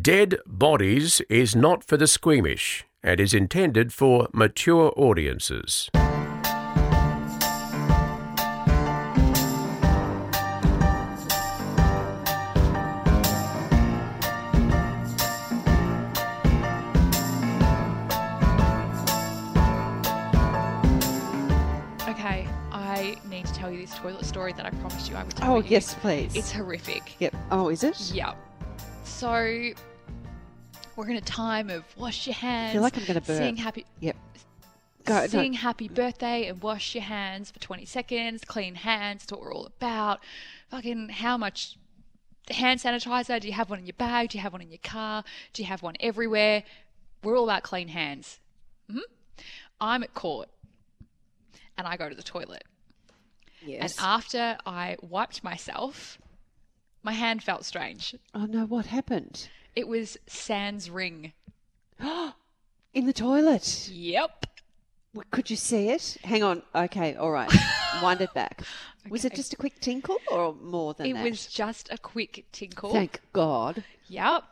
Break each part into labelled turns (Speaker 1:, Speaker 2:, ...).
Speaker 1: Dead Bodies is not for the squeamish and is intended for mature audiences.
Speaker 2: Okay, I need to tell you this toilet story that I promised you I would tell
Speaker 3: Oh
Speaker 2: you.
Speaker 3: yes, please.
Speaker 2: It's horrific.
Speaker 3: yep. Oh, is it?
Speaker 2: Yeah. So we're in a time of wash your hands.
Speaker 3: I feel like I'm going to burp.
Speaker 2: Sing happy
Speaker 3: Yep. Go- no.
Speaker 2: sing happy birthday and wash your hands for 20 seconds. Clean hands, that's what we're all about. Fucking how much hand sanitizer do you have one in your bag? Do you have one in your car? Do you have one everywhere? We're all about clean hands. hmm I'm at court and I go to the toilet.
Speaker 3: Yes.
Speaker 2: And after I wiped myself, my hand felt strange.
Speaker 3: oh no, what happened?
Speaker 2: It was Sans ring.
Speaker 3: In the toilet.
Speaker 2: Yep.
Speaker 3: W- Could you see it? Hang on. Okay. All right. Wind it back. Was it just a quick tinkle or more than
Speaker 2: It
Speaker 3: that?
Speaker 2: was just a quick tinkle.
Speaker 3: Thank God.
Speaker 2: Yep.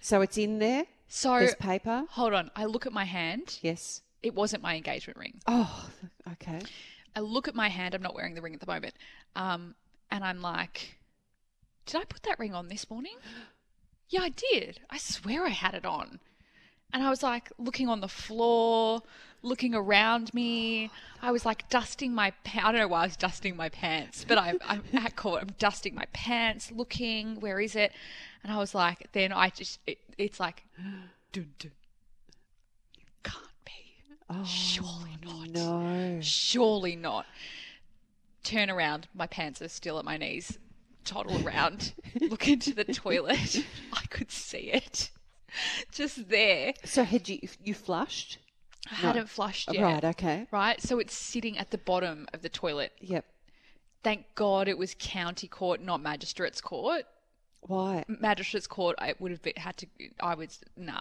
Speaker 3: So it's in there.
Speaker 2: So
Speaker 3: There's paper.
Speaker 2: hold on. I look at my hand.
Speaker 3: Yes.
Speaker 2: It wasn't my engagement ring.
Speaker 3: Oh. Okay.
Speaker 2: I look at my hand. I'm not wearing the ring at the moment. Um, and I'm like, did I put that ring on this morning? Yeah, I did. I swear I had it on. And I was like looking on the floor, looking around me. I was like dusting my pants. I don't know why I was dusting my pants, but I'm, I'm at court. I'm dusting my pants, looking, where is it? And I was like, then I just, it, it's like, dun, dun. can't be.
Speaker 3: Oh,
Speaker 2: Surely not.
Speaker 3: No.
Speaker 2: Surely not. Turn around. My pants are still at my knees. Toddle around. look into the toilet. I could see it. Just there.
Speaker 3: So had you you flushed?
Speaker 2: I hadn't flushed yet.
Speaker 3: Right. Okay.
Speaker 2: Right? So it's sitting at the bottom of the toilet.
Speaker 3: Yep.
Speaker 2: Thank God it was county court, not magistrates court.
Speaker 3: Why?
Speaker 2: Mm. Magistrates court, I would have been, had to. I was nah.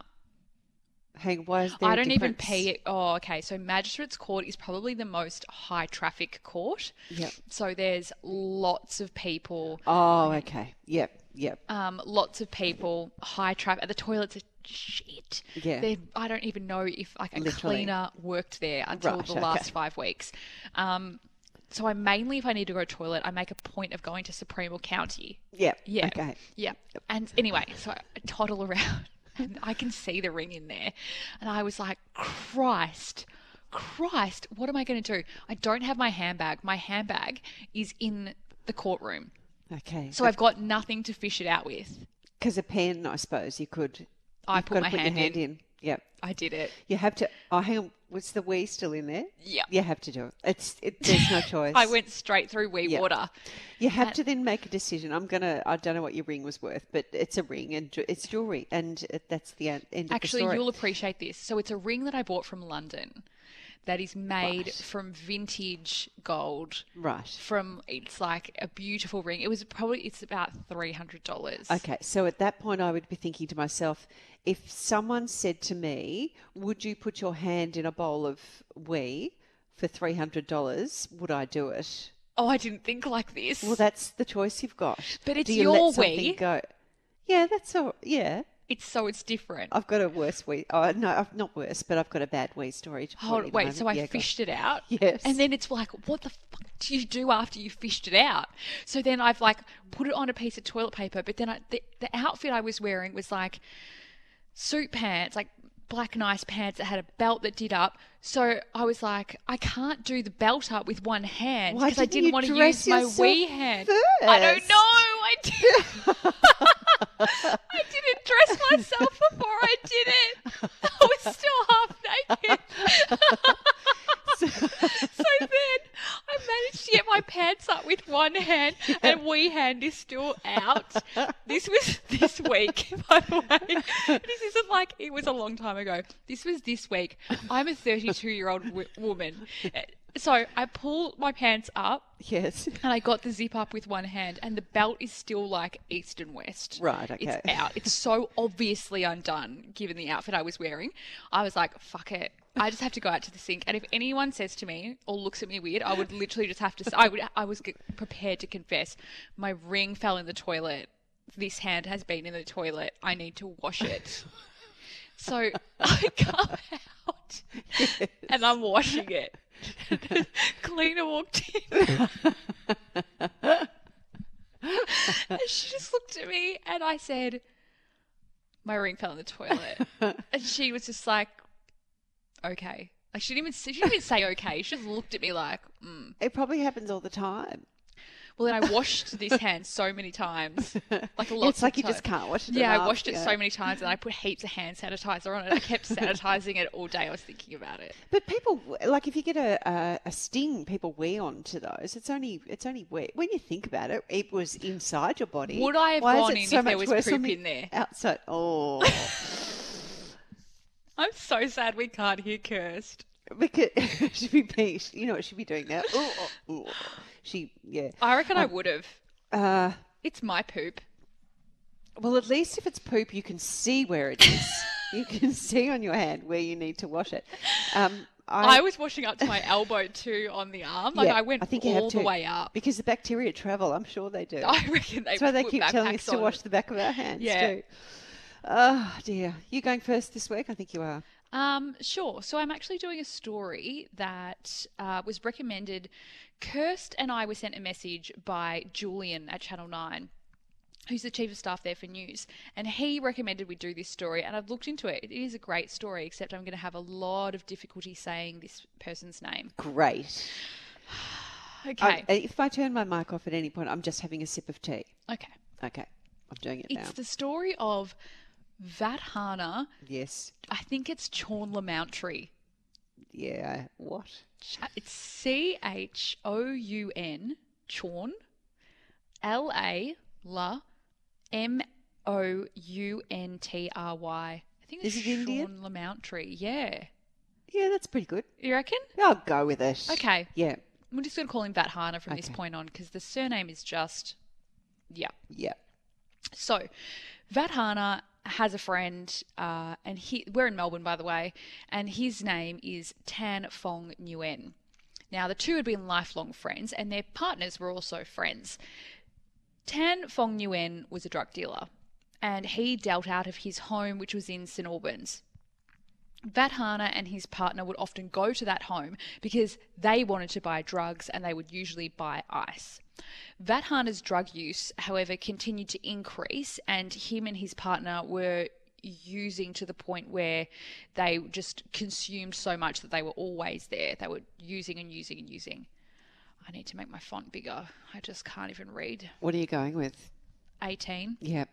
Speaker 3: Hang. Why is there?
Speaker 2: I
Speaker 3: a
Speaker 2: don't even
Speaker 3: difference?
Speaker 2: pay it. Oh, okay. So magistrates court is probably the most high traffic court.
Speaker 3: Yep.
Speaker 2: So there's lots of people.
Speaker 3: Oh. Okay. Yep. Yep.
Speaker 2: um, lots of people, high traffic. The toilets are shit.
Speaker 3: Yeah.
Speaker 2: They're, I don't even know if like a
Speaker 3: Literally.
Speaker 2: cleaner worked there until
Speaker 3: Right,
Speaker 2: the
Speaker 3: okay.
Speaker 2: last five weeks. Um, so I mainly, if I need to go to toilet, I make a point of going to Supremo County.
Speaker 3: Yep.
Speaker 2: Yeah.
Speaker 3: Okay.
Speaker 2: Yeah. And anyway, so I toddle around and I can see the ring in there. And I was like, Christ, Christ, what am I going to do? I don't have my handbag. My handbag is in the courtroom.
Speaker 3: Okay.
Speaker 2: So I've got nothing to fish it out with.
Speaker 3: Because a pen, I suppose you could.
Speaker 2: I
Speaker 3: you've
Speaker 2: put
Speaker 3: gotta
Speaker 2: my hand
Speaker 3: your hand
Speaker 2: in.
Speaker 3: in. Yep.
Speaker 2: I did it.
Speaker 3: You have to. Oh, hang on. Was the wee still in there?
Speaker 2: Yeah.
Speaker 3: You have to do it. It's it, there's no choice.
Speaker 2: I went straight through wee
Speaker 3: Yeah.
Speaker 2: water.
Speaker 3: You have to then make a decision. I'm gonna. I don't know what your ring was worth, but it's a ring and ju- it's jewelry, and it- that's the en- end of
Speaker 2: Actually,
Speaker 3: the story.
Speaker 2: you'll appreciate this. So it's a ring that I bought from London that is made
Speaker 3: Right.
Speaker 2: from vintage gold.
Speaker 3: Right.
Speaker 2: From it's like a beautiful ring. It was probably it's about three hundred dollars.
Speaker 3: Okay. So at that point, I would be thinking to myself, if someone said to me, "Would you put your hand in a bowl of wee for three hundred dollars?" Would I do it?
Speaker 2: Oh, I didn't think like this.
Speaker 3: Well, that's the choice you've got.
Speaker 2: But it's
Speaker 3: Do you let
Speaker 2: your
Speaker 3: something
Speaker 2: wee.
Speaker 3: Go. Yeah, that's all. Yeah,
Speaker 2: it's so it's different.
Speaker 3: I've got a worse wee. Oh, no, I've not worse, but I've got a bad wee story. To
Speaker 2: Hold
Speaker 3: on,
Speaker 2: wait, so I
Speaker 3: yeah, go.
Speaker 2: fished it out.
Speaker 3: Yes.
Speaker 2: And then it's like, what the fuck do you do after you fished it out? So then I've like put it on a piece of toilet paper, but then I, the, the outfit I was wearing was like suit pants, like black nice pants that had a belt that did up. So I was like, I can't do the belt up with one hand
Speaker 3: Why
Speaker 2: because I
Speaker 3: didn't
Speaker 2: didn't
Speaker 3: you
Speaker 2: want to
Speaker 3: dress
Speaker 2: use my
Speaker 3: yourself
Speaker 2: wee hand. I don't
Speaker 3: first?
Speaker 2: know. I didn't. I didn't dress myself before I did it. I was still half naked. so then I managed to get my pants up with one hand and wee hand is still out. This was this week, by the way. This isn't like it was a long time ago. This was this week. I'm a 32 year old w- woman. So I pull my pants up
Speaker 3: Yes.
Speaker 2: and I got the zip up with one hand, and the belt is still like east and west.
Speaker 3: Right, okay.
Speaker 2: It's out. It's so obviously undone given the outfit I was wearing. I was like, fuck it. I just have to go out to the sink, and if anyone says to me or looks at me weird, I would literally just have to. s- I would. I was g- prepared to confess. My ring fell in the toilet. this hand has been in the toilet. I need to wash it. so I come out and I'm washing it. Cleaner walked in. and she just looked at me and I said, My ring fell in the toilet. and she was just like, Okay. Like she didn't even she didn't even say okay. She just looked at me like, mm.
Speaker 3: It probably happens all the time.
Speaker 2: Well, then I washed this hand so many times, like a lot.
Speaker 3: it's like you just can't wash it.
Speaker 2: Yeah, I
Speaker 3: enough,
Speaker 2: washed it
Speaker 3: yeah.
Speaker 2: so many times, and I put heaps of hand sanitizer on it. I kept sanitizing it all day. I was thinking about it.
Speaker 3: But people like if you get a, a, a sting, people wear onto those. It's only it's only wet. When you think about it, it was inside your body.
Speaker 2: Would I have
Speaker 3: Why is
Speaker 2: gone
Speaker 3: it
Speaker 2: in
Speaker 3: so
Speaker 2: if there
Speaker 3: much
Speaker 2: was
Speaker 3: worse on
Speaker 2: poop
Speaker 3: the
Speaker 2: in there?
Speaker 3: Outside. Oh,
Speaker 2: I'm so sad we can't hear cursed.
Speaker 3: because she'd be being, you know what she'd be doing now. Oh, oh, oh. She yeah.
Speaker 2: I reckon I would have.
Speaker 3: Uh,
Speaker 2: It's my poop.
Speaker 3: well, at least if it's poop, you can see where it is. you can see on your hand where you need to wash it. Um,
Speaker 2: I, was washing up to my elbow too on the arm. Like
Speaker 3: yeah,
Speaker 2: I went
Speaker 3: think you have
Speaker 2: all the
Speaker 3: to,
Speaker 2: way up.
Speaker 3: because the bacteria travel. I'm sure they do.
Speaker 2: I reckon they.
Speaker 3: That's why they
Speaker 2: put
Speaker 3: keep telling us
Speaker 2: backpacks
Speaker 3: to
Speaker 2: on.
Speaker 3: wash the back of our hands
Speaker 2: Yeah.
Speaker 3: too. Oh dear. You going first this week? I think you are.
Speaker 2: Um, sure. So I'm actually doing a story that uh, was recommended. Kirst and I were sent a message by Julian at Channel 9, who's the chief of staff there for news. And he recommended we do this story, and I've looked into it. It is a great story, except I'm going to have a lot of difficulty saying this person's name.
Speaker 3: Great.
Speaker 2: Okay.
Speaker 3: I- if I turn my mic off at any point, I'm just having a sip of tea.
Speaker 2: okay.
Speaker 3: Okay. I'm doing it now.
Speaker 2: It's the story of Vadhana.
Speaker 3: Yes.
Speaker 2: I think it's Chornlamountry.
Speaker 3: Yeah. What?
Speaker 2: Ch- It's C H O U N, Chorn, L A, La, M O U N T R Y. I think it's
Speaker 3: Is it Indian?
Speaker 2: Chorn Lamountry. Yeah.
Speaker 3: Yeah, that's pretty good.
Speaker 2: You reckon?
Speaker 3: I'll go with it.
Speaker 2: Okay.
Speaker 3: Yeah.
Speaker 2: We're just going to call him Vathana from this
Speaker 3: Okay.
Speaker 2: point on because the surname is just. Yeah.
Speaker 3: Yeah.
Speaker 2: So, Vathana has a friend, uh, and he we're in Melbourne, by the way, and his name is Tan Fong Nguyen. Now, the two had been lifelong friends, and their partners were also friends. Tan Fong Nguyen was a drug dealer, and he dealt out of his home, which was in St Albans. Vathana and his partner would often go to that home because they wanted to buy drugs and they would usually buy ice. Vathana's drug use, however, continued to increase, and him and his partner were using to the point where they just consumed so much that they were always there. They were using and using and using. I need to make my font bigger. I just can't even read.
Speaker 3: What are you going with?
Speaker 2: 18.
Speaker 3: Yeah.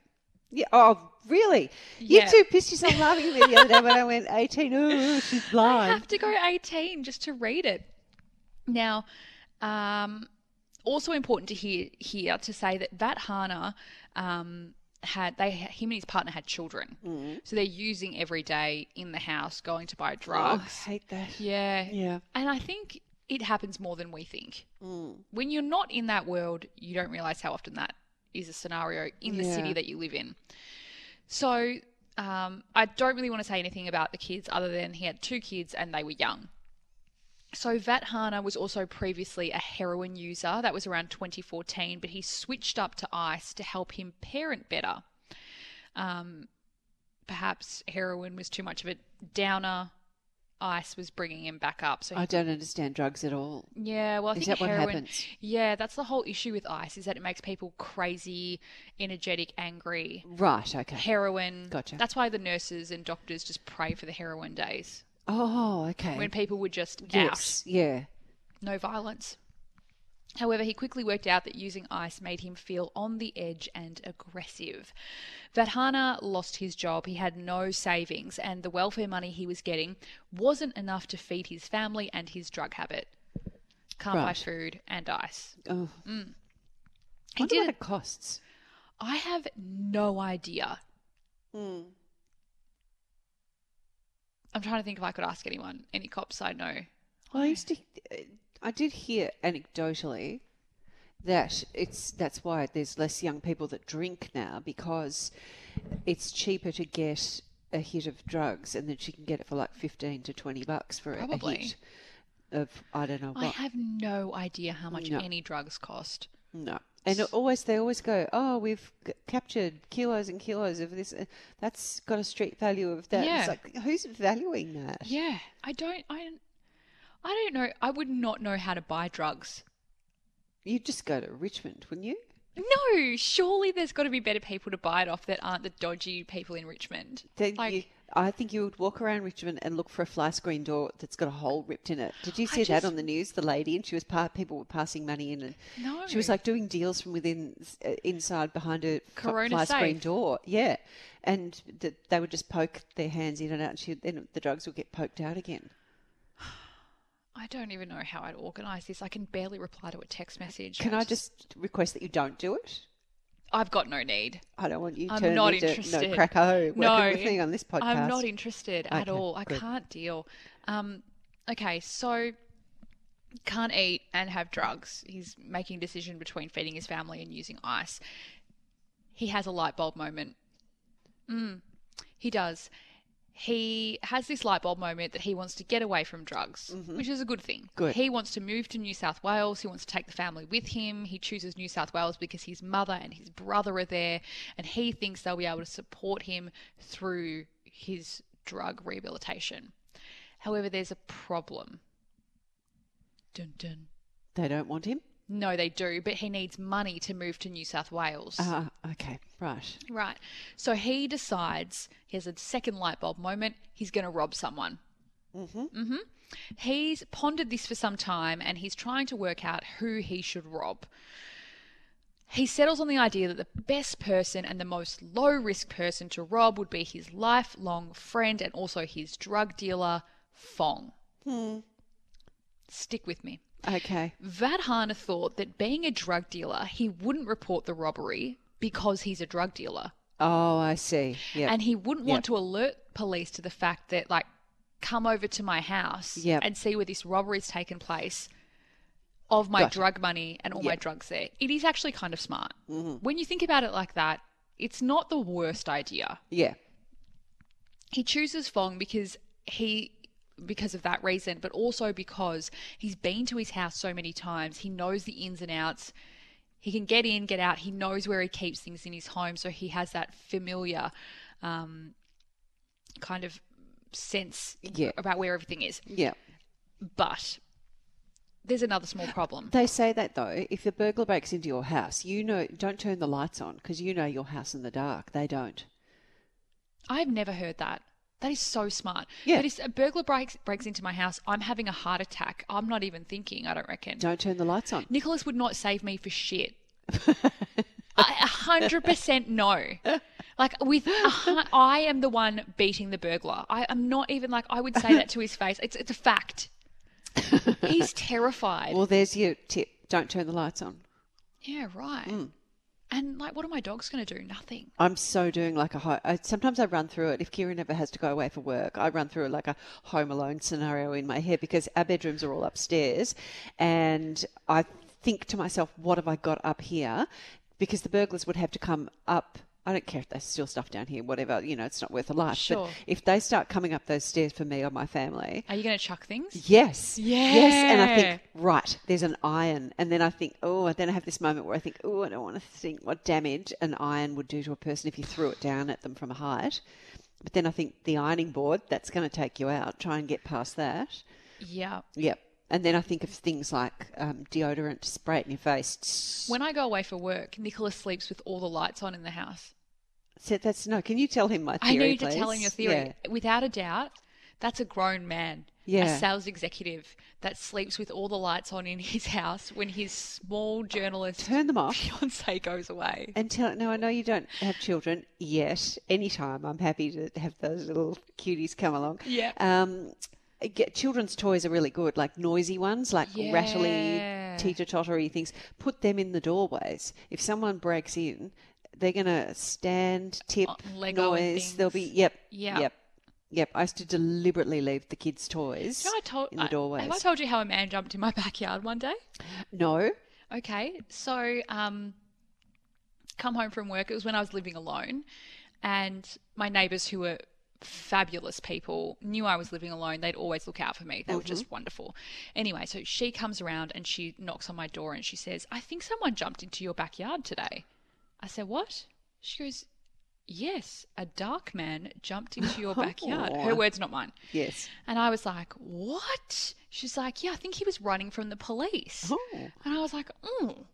Speaker 3: Yeah. Oh, really?
Speaker 2: Yeah.
Speaker 3: You two pissed yourself laughing at me the other day when I went 18. Oh, she's
Speaker 2: I
Speaker 3: blind.
Speaker 2: have to go 18 just to read it. Now, um, also important to hear here to say that Vathana um, had they him and his partner had children,
Speaker 3: Mm.
Speaker 2: so they're using every day in the house, going to buy
Speaker 3: Oh, I
Speaker 2: drugs.
Speaker 3: hate that.
Speaker 2: Yeah,
Speaker 3: Yeah.
Speaker 2: and I think it happens more than we think.
Speaker 3: Mm.
Speaker 2: When you're not in that world, you don't realize how often that is a scenario in the city
Speaker 3: Yeah.
Speaker 2: that you live in. So um, I don't really want to say anything about the kids other than he had two kids and they were young. So Vathana was also previously a heroin user. That was around 2014, but he switched up to ice to help him parent better. Um, perhaps heroin was too much of a downer. Ice was bringing him back up. So he
Speaker 3: I don't understand drugs at all.
Speaker 2: yeah, well, I
Speaker 3: Is
Speaker 2: think
Speaker 3: that what
Speaker 2: heroin.
Speaker 3: happens?
Speaker 2: Yeah, that's the whole issue with ice is that it makes people crazy, energetic, angry.
Speaker 3: Right. Okay.
Speaker 2: Heroin.
Speaker 3: Gotcha.
Speaker 2: That's why the nurses and doctors just pray for the heroin days
Speaker 3: Oh, okay.
Speaker 2: when people were just
Speaker 3: yes. Yeah.
Speaker 2: out, no violence. However, he quickly worked out that using ice made him feel on the edge and aggressive. Vadhana lost his job, he had no savings, and the welfare money he was getting wasn't enough to feed his family and his drug habit. Can't buy
Speaker 3: Right.
Speaker 2: food and ice.
Speaker 3: Oh.
Speaker 2: He
Speaker 3: wonder
Speaker 2: did.
Speaker 3: what it costs.
Speaker 2: I have no idea.
Speaker 3: Hmm.
Speaker 2: I'm trying to think if I could ask anyone, any cops I know.
Speaker 3: Well, I used to. uh, I did hear anecdotally that it's that's why there's less young people that drink now because it's cheaper to get a hit of drugs and then she can get it for like fifteen to twenty bucks for a-
Speaker 2: Probably.
Speaker 3: a hit of I don't know
Speaker 2: I
Speaker 3: what.
Speaker 2: have no idea how much
Speaker 3: No.
Speaker 2: any drugs cost.
Speaker 3: No, And it always they always go, oh, we've g- captured kilos and kilos of this. uh, That's got a street value of that.
Speaker 2: Yeah.
Speaker 3: It's like who's valuing that?
Speaker 2: Yeah, I don't. I, I don't know. I would not know how to buy drugs.
Speaker 3: You'd just go to Richmond, wouldn't you?
Speaker 2: No, surely there's got to be better people to buy it off that aren't the dodgy people in Richmond.
Speaker 3: Then
Speaker 2: Like-
Speaker 3: you, I think you would walk around Richmond and look for a fly screen door that's got a hole ripped in it. Did you
Speaker 2: I
Speaker 3: see that
Speaker 2: just-
Speaker 3: on the news? The lady and she was part people were passing money in, and
Speaker 2: No,
Speaker 3: she was like doing deals from within, uh, inside behind a f-
Speaker 2: Corona
Speaker 3: fly screen
Speaker 2: safe.
Speaker 3: door. Yeah, and th they would just poke their hands in and out, and she, then the drugs would get poked out again.
Speaker 2: I don't even know how I'd organise this. I can barely reply to a text message.
Speaker 3: Can I just request that you don't do it?
Speaker 2: I've got no need.
Speaker 3: I don't want you
Speaker 2: I'm
Speaker 3: turning
Speaker 2: not
Speaker 3: into
Speaker 2: interested.
Speaker 3: no oh, cracko
Speaker 2: No,
Speaker 3: thing on this podcast.
Speaker 2: I'm not interested at
Speaker 3: Okay,
Speaker 2: all. I
Speaker 3: good.
Speaker 2: can't deal. Um, okay, so can't eat and have drugs. He's making a decision between feeding his family and using ice. He has a light bulb moment. Mm, he does. He has this light bulb moment that he wants to get away from drugs, which is a good thing.
Speaker 3: Good.
Speaker 2: He wants to move to New South Wales. He wants to take the family with him. He chooses New South Wales because his mother and his brother are there, and he thinks they'll be able to support him through his drug rehabilitation. However, there's a problem. Dun dun.
Speaker 3: They don't want him.
Speaker 2: No, they do, but he needs money to move to New South Wales.
Speaker 3: Ah, okay, right.
Speaker 2: Right. So he decides he has a second light bulb moment. He's going to rob someone. Mm-hmm. Mm-hmm. He's pondered this for some time and he's trying to work out who he should rob. He settles on the idea that the best person and the most low risk person to rob would be his lifelong friend and also his drug dealer, Fong. Stick with me.
Speaker 3: Okay.
Speaker 2: Mm. Vadhana thought that being a drug dealer, he wouldn't report the robbery because he's a drug dealer.
Speaker 3: Oh, I see. Yeah.
Speaker 2: And he wouldn't want
Speaker 3: Yep.
Speaker 2: to alert police to the fact that, like, come over to my house
Speaker 3: Yep.
Speaker 2: and see where this robbery's taken place of my
Speaker 3: Gotcha.
Speaker 2: drug money and all my
Speaker 3: Yep. Mm-hmm.
Speaker 2: drugs there. It is actually kind of smart. When you think about it like that, it's not the worst idea.
Speaker 3: yeah.
Speaker 2: He chooses Fong because he because of that reason, but also because he's been to his house so many times, he knows the ins and outs. He can get in, get out. He knows where he keeps things in his home, so he has that familiar um, kind of sense
Speaker 3: Yeah.
Speaker 2: about where everything is.
Speaker 3: Yeah.
Speaker 2: But there's another small problem.
Speaker 3: They say that though, if a burglar breaks into your house, you know, don't turn the lights on because you know your house in the dark. They don't.
Speaker 2: I've never heard that. That is so smart.
Speaker 3: Yeah.
Speaker 2: But if a burglar breaks breaks into my house, I'm having a heart attack. I'm not even thinking. I don't reckon.
Speaker 3: Don't turn the lights on.
Speaker 2: Nicholas would not save me for shit. A a hundred percent no. Like with, a hun- I am the one beating the burglar. I am not even like I would say that to his face. It's it's a fact. He's terrified.
Speaker 3: Well, there's your tip. Don't turn the lights on.
Speaker 2: yeah, right. And like, what are my dogs going to do? Nothing.
Speaker 3: I'm so doing like a home. I, sometimes I run through it. If Kieran ever has to go away for work, I run through like a home alone scenario in my head because our bedrooms are all upstairs, and I think to myself, what have I got up here? Because the burglars would have to come up. I don't care if they steal stuff down here, whatever. You know, it's not worth a life.
Speaker 2: Sure.
Speaker 3: But if they start coming up those stairs for me or my family,
Speaker 2: Are you going to chuck things?
Speaker 3: Yes. Yes. And I think,
Speaker 2: Yeah.
Speaker 3: right, there's an iron. And then I think, oh, and then I have this moment where I think, oh, I don't want to think what damage an iron would do to a person if you threw it down at them from a height. But then I think the ironing board, that's going to take you out. Try and get past that.
Speaker 2: Yeah.
Speaker 3: Yep. And then I think of things like um, deodorant, spray it in your face.
Speaker 2: When I go away for work, Nicholas sleeps with all the lights on in the house.
Speaker 3: So that's no. Can you tell him my theory?
Speaker 2: I need to tell
Speaker 3: please?
Speaker 2: him your theory.
Speaker 3: Yeah.
Speaker 2: Without a doubt, that's a grown man,
Speaker 3: Yeah.
Speaker 2: a sales executive that sleeps with all the lights on in his house when his small journalist
Speaker 3: Turn them off.
Speaker 2: fiance goes away.
Speaker 3: And tell no, I know you don't have children yet. Anytime, I'm happy to have those little cuties come along.
Speaker 2: Yeah.
Speaker 3: Um, get, children's toys are really good, like noisy ones, like
Speaker 2: Yeah.
Speaker 3: rattly, teeter tottery things. Put them in the doorways. If someone breaks in, they're gonna stand, tip,
Speaker 2: Uh, Lego and
Speaker 3: noise. They'll be
Speaker 2: things.
Speaker 3: yep,
Speaker 2: Yeah.
Speaker 3: yep, yep. I used to deliberately leave the kids' toys
Speaker 2: You know, I told,
Speaker 3: in the
Speaker 2: I-
Speaker 3: doorways.
Speaker 2: have I told you how a man jumped in my backyard one day?
Speaker 3: no,
Speaker 2: Okay, so um, come home from work. It was when I was living alone, and my neighbours who were fabulous people, knew I was living alone. They'd always look out for me. They were just wonderful. Anyway, so she comes around and she knocks on my door and she says, I think someone jumped into your backyard today. I said, What? She goes, Yes, a dark man jumped into your backyard. Her
Speaker 3: Aw.
Speaker 2: words, not mine.
Speaker 3: Yes.
Speaker 2: And I was like, What? She's like, Yeah, I think he was running from the police.
Speaker 3: Oh.
Speaker 2: And I was like, mm.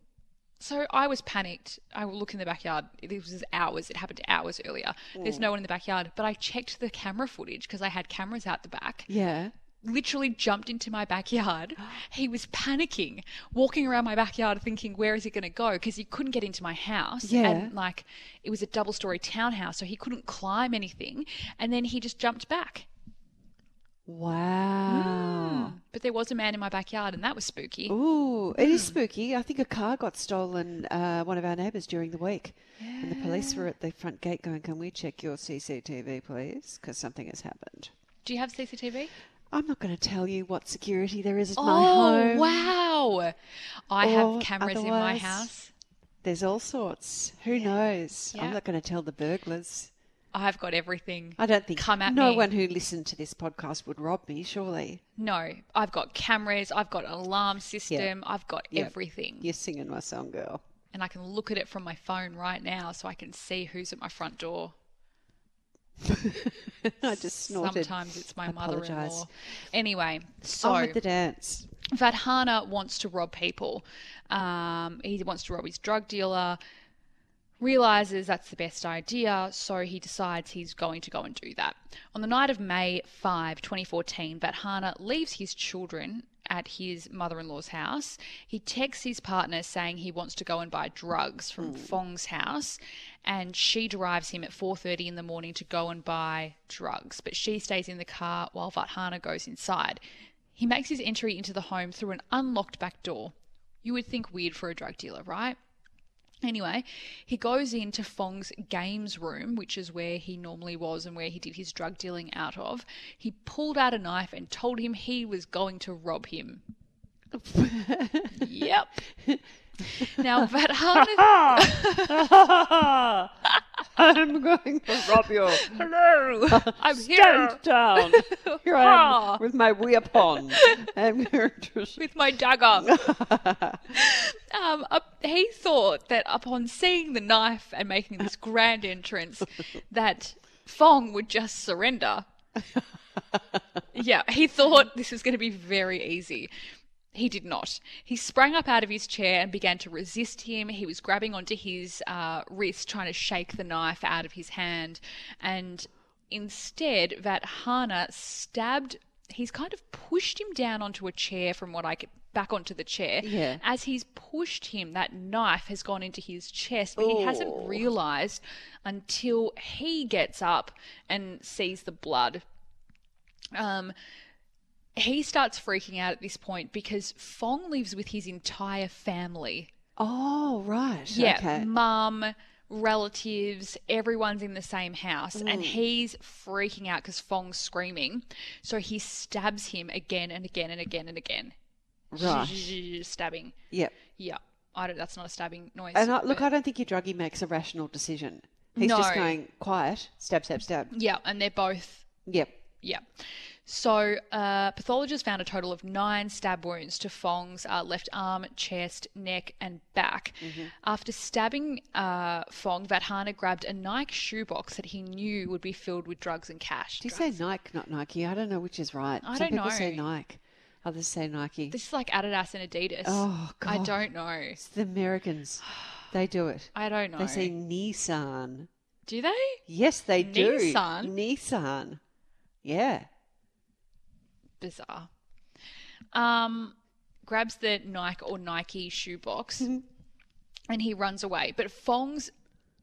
Speaker 2: So I was panicked. I will look in the backyard. This was hours. It happened hours earlier. There's no one in the backyard. But I checked the camera footage because I had cameras out the back.
Speaker 3: Yeah.
Speaker 2: Literally jumped into my backyard. He was panicking, walking around my backyard thinking, where is he going to go? Because he couldn't get into my house.
Speaker 3: Yeah.
Speaker 2: And like, it was a double story townhouse. So he couldn't climb anything. And then he just jumped back. Hmm.
Speaker 3: Wow.
Speaker 2: But there was a man in my backyard, and that was spooky.
Speaker 3: Ooh, it
Speaker 2: Hmm.
Speaker 3: is spooky. I think a car got stolen, uh, one of our neighbours during the week. And the police were at the front gate going, Can we check your CCTV, please? Because something has happened.
Speaker 2: Do you have CCTV?
Speaker 3: I'm not going to tell you what security there is at my
Speaker 2: Oh
Speaker 3: home.
Speaker 2: wow! I
Speaker 3: Or
Speaker 2: have cameras in my
Speaker 3: otherwise-
Speaker 2: house.
Speaker 3: There's all sorts. Who knows?
Speaker 2: Yeah.
Speaker 3: I'm not going to tell the burglars.
Speaker 2: I've got everything.
Speaker 3: I don't think
Speaker 2: Come at
Speaker 3: no
Speaker 2: me.
Speaker 3: one who listened to this podcast would rob me, surely.
Speaker 2: No, I've got cameras. I've got an alarm system. I've got
Speaker 3: Yeah.
Speaker 2: everything,
Speaker 3: You're singing my song, girl.
Speaker 2: and I can look at it from my phone right now, so I can see who's at my front door.
Speaker 3: I just snorted.
Speaker 2: Sometimes it's my
Speaker 3: I apologise.
Speaker 2: mother-in-law. Anyway, so
Speaker 3: on with the dance.
Speaker 2: Vadhana wants to rob people. Um, he wants to rob his drug dealer, realizes that's the best idea, so he decides he's going to go and do that. On the night of May 5, 2014, Vadhana leaves his children at his mother in law's house. He texts his partner saying he wants to go and buy drugs from Fong's house and she derives him at 4.30 in the morning to go and buy drugs but she stays in the car while Vadhana goes inside he makes his entry into the home through an unlocked back door. You would think weird for a drug dealer, right? Anyway, he goes into Fong's games room, which is where he normally was and where he did his drug dealing out of. He pulled out a knife and told him he was going to rob him. yep. Now, Vadhana.
Speaker 3: I'm going to rob you.
Speaker 2: Hello! I'm here
Speaker 3: down. Here I am with my weapon. I'm going to.
Speaker 2: with my dagger. um, up, he thought that upon seeing the knife and making this grand entrance, that Fong would just surrender. yeah, he thought this was going to be very easy. He did not. He sprang up out of his chair and began to resist him. He was grabbing onto his uh, wrist, trying to shake the knife out of his hand. And instead, Vathana stabbed, he's kind of pushed him down onto a chair from what I could, back onto the chair.
Speaker 3: Yeah.
Speaker 2: As he's pushed him, that knife has gone into his chest, but he hasn't
Speaker 3: Oh.
Speaker 2: realized until he gets up and sees the blood. Um, he starts freaking out at this point because Fong lives with his entire family.
Speaker 3: Oh, right.
Speaker 2: Yeah, Mm.
Speaker 3: Okay.
Speaker 2: mum, relatives, everyone's in the same house,
Speaker 3: Mm.
Speaker 2: and he's freaking out because Fong's screaming. So he stabs him again and again and again and again.
Speaker 3: Right.
Speaker 2: Stabbing.
Speaker 3: Yep.
Speaker 2: Yeah, I don't. That's not a stabbing noise.
Speaker 3: And I, look,
Speaker 2: but-
Speaker 3: I don't think your druggie makes a rational decision. He's
Speaker 2: No.
Speaker 3: just going quiet, stab, stab, stab.
Speaker 2: yeah, and they're both
Speaker 3: Yep.
Speaker 2: Yeah. So, uh, pathologists found a total of nine stab wounds to Fong's uh, left arm, chest, neck, and back.
Speaker 3: Mm-hmm.
Speaker 2: After stabbing uh, Fong, Vadhana grabbed a Nike shoebox that he knew would be filled with drugs and cash.
Speaker 3: Do you say Nike, not Nike? I don't know which is right.
Speaker 2: I
Speaker 3: Some
Speaker 2: don't
Speaker 3: people
Speaker 2: know.
Speaker 3: say Nike, others say Nike.
Speaker 2: This is like Adidas and Adidas.
Speaker 3: Oh,
Speaker 2: I
Speaker 3: God.
Speaker 2: don't know.
Speaker 3: It's the Americans. They do it.
Speaker 2: I don't know.
Speaker 3: They say Nissan.
Speaker 2: Do they?
Speaker 3: Yes, they do.
Speaker 2: Nissan?
Speaker 3: Nissan. Yeah.
Speaker 2: Bizarre. Um, grabs the Nike or Nike shoebox. and he runs away. But Fong's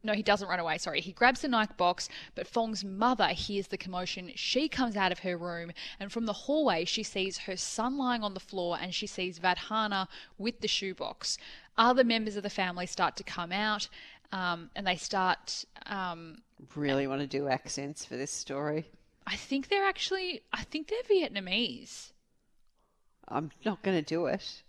Speaker 2: no, he doesn't run away. Sorry, he grabs the Nike box. But Fong's mother hears the commotion. She comes out of her room, and from the hallway, she sees her son lying on the floor, and she sees Vadhana with the shoebox. Other members of the family start to come out, um, and they start. Um,
Speaker 3: Really want to do accents for this story.
Speaker 2: I think they're actually. I think they're Vietnamese.
Speaker 3: I'm not going to do it,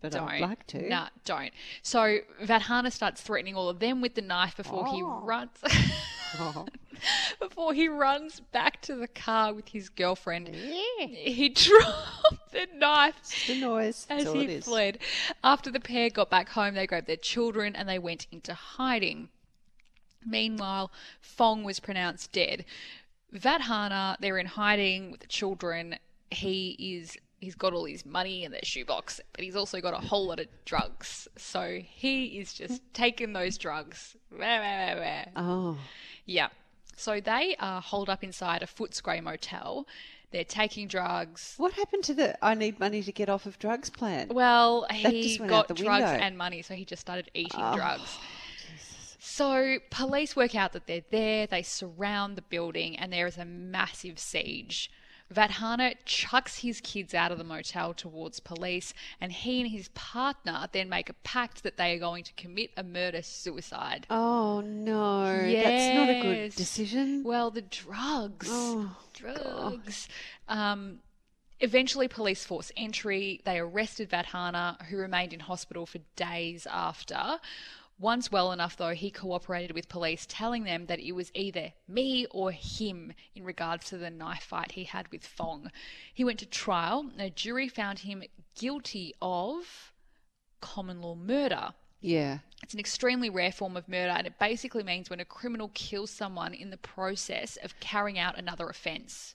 Speaker 3: but I'd like to.
Speaker 2: Nah, don't. So Vadhana starts threatening all of them with the knife before he runs.
Speaker 3: Oh.
Speaker 2: before he runs back to the car with his girlfriend. He dropped the knife
Speaker 3: It's the noise. That's
Speaker 2: as
Speaker 3: all it
Speaker 2: he
Speaker 3: is.
Speaker 2: fled. After the pair got back home, they grabbed their children and they went into hiding. Meanwhile, Fong was pronounced dead. Vadhana, they're in hiding with the children. He is he's got all his money in their shoebox, but he's also got a whole lot of drugs. So he is just taking those drugs. Wah, wah, wah, wah.
Speaker 3: Oh,
Speaker 2: Yeah. So they are holed up inside a Footscray motel. They're taking drugs.
Speaker 3: what happened to the "I need money to get off of drugs" plan?
Speaker 2: Well, he
Speaker 3: just went out
Speaker 2: got
Speaker 3: the
Speaker 2: drugs
Speaker 3: window.
Speaker 2: and money, so he just started eating
Speaker 3: Oh,
Speaker 2: drugs. So police work out that they're there. They surround the building, and there is a massive siege. Vadhana chucks his kids out of the motel towards police, and he and his partner then make a pact that they are going to commit a murder suicide.
Speaker 3: Oh no, that's not a good
Speaker 2: Yes.
Speaker 3: decision.
Speaker 2: Well, the drugs.
Speaker 3: Oh,
Speaker 2: drugs. Um, eventually, police force entry. They arrested Vadhana, who remained in hospital for days after. Once well enough, though, he cooperated with police, telling them that it was either me or him in regards to the knife fight he had with Fong. He went to trial, and a jury found him guilty of common law murder.
Speaker 3: yeah.
Speaker 2: It's an extremely rare form of murder, and it basically means when a criminal kills someone in the process of carrying out another offence.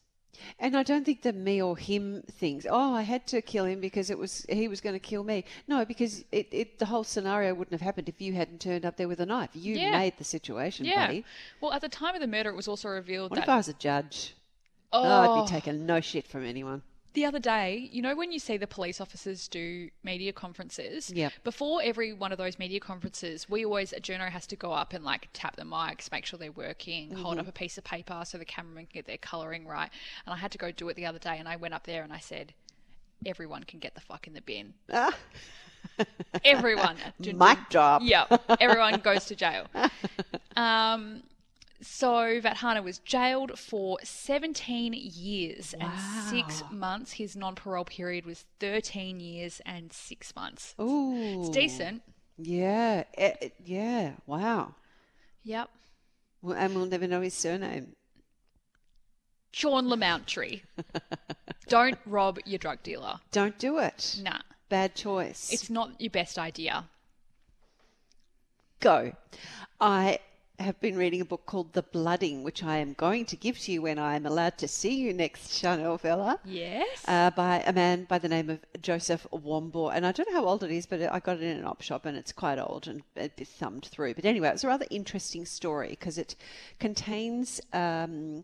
Speaker 3: And I don't think the me or him things. Oh, I had to kill him because it was he was going to kill me. No, because it, it the whole scenario wouldn't have happened if you hadn't turned up there with a knife. You
Speaker 2: Yeah.
Speaker 3: made the situation,
Speaker 2: Yeah.
Speaker 3: buddy.
Speaker 2: Well, at the time of the murder, it was also revealed
Speaker 3: What if
Speaker 2: that
Speaker 3: I was a judge? Oh. I'd be taking no shit from anyone.
Speaker 2: the other day, you know, when you see the police officers do media conferences,
Speaker 3: Yep.
Speaker 2: before every one of those media conferences, we always, a journo has to go up and like tap the mics, make sure they're working, hold
Speaker 3: Mm-hmm.
Speaker 2: up a piece of paper so the cameraman can get their colouring right. And I had to go do it the other day, and I went up there and I said, Everyone can get the fuck in the bin.
Speaker 3: Ah.
Speaker 2: Everyone. Dun,
Speaker 3: Mic
Speaker 2: dun.
Speaker 3: drop.
Speaker 2: Yeah, everyone goes to jail. Um, so Vathana was jailed for 17 years and six months. His non-parole period was 13 years and six months.
Speaker 3: Ooh.
Speaker 2: It's decent.
Speaker 3: Yeah. Eh, eh, yeah. Wow.
Speaker 2: Yep.
Speaker 3: Well, and we'll never know his surname.
Speaker 2: Sean Lamountry. Don't rob your drug dealer.
Speaker 3: Don't do it.
Speaker 2: Nah,
Speaker 3: Bad choice.
Speaker 2: it's not your best idea.
Speaker 3: go. I have been reading a book called The Blooding, which I am going to give to you when I am allowed to see you next, Chanel Fella,
Speaker 2: Yes.
Speaker 3: uh, by a man by the name of Joseph Wombaugh. And I don't know how old it is, but I got it in an op shop and it's quite old and it thumbed through. But anyway, it's a rather interesting story because it contains. Um,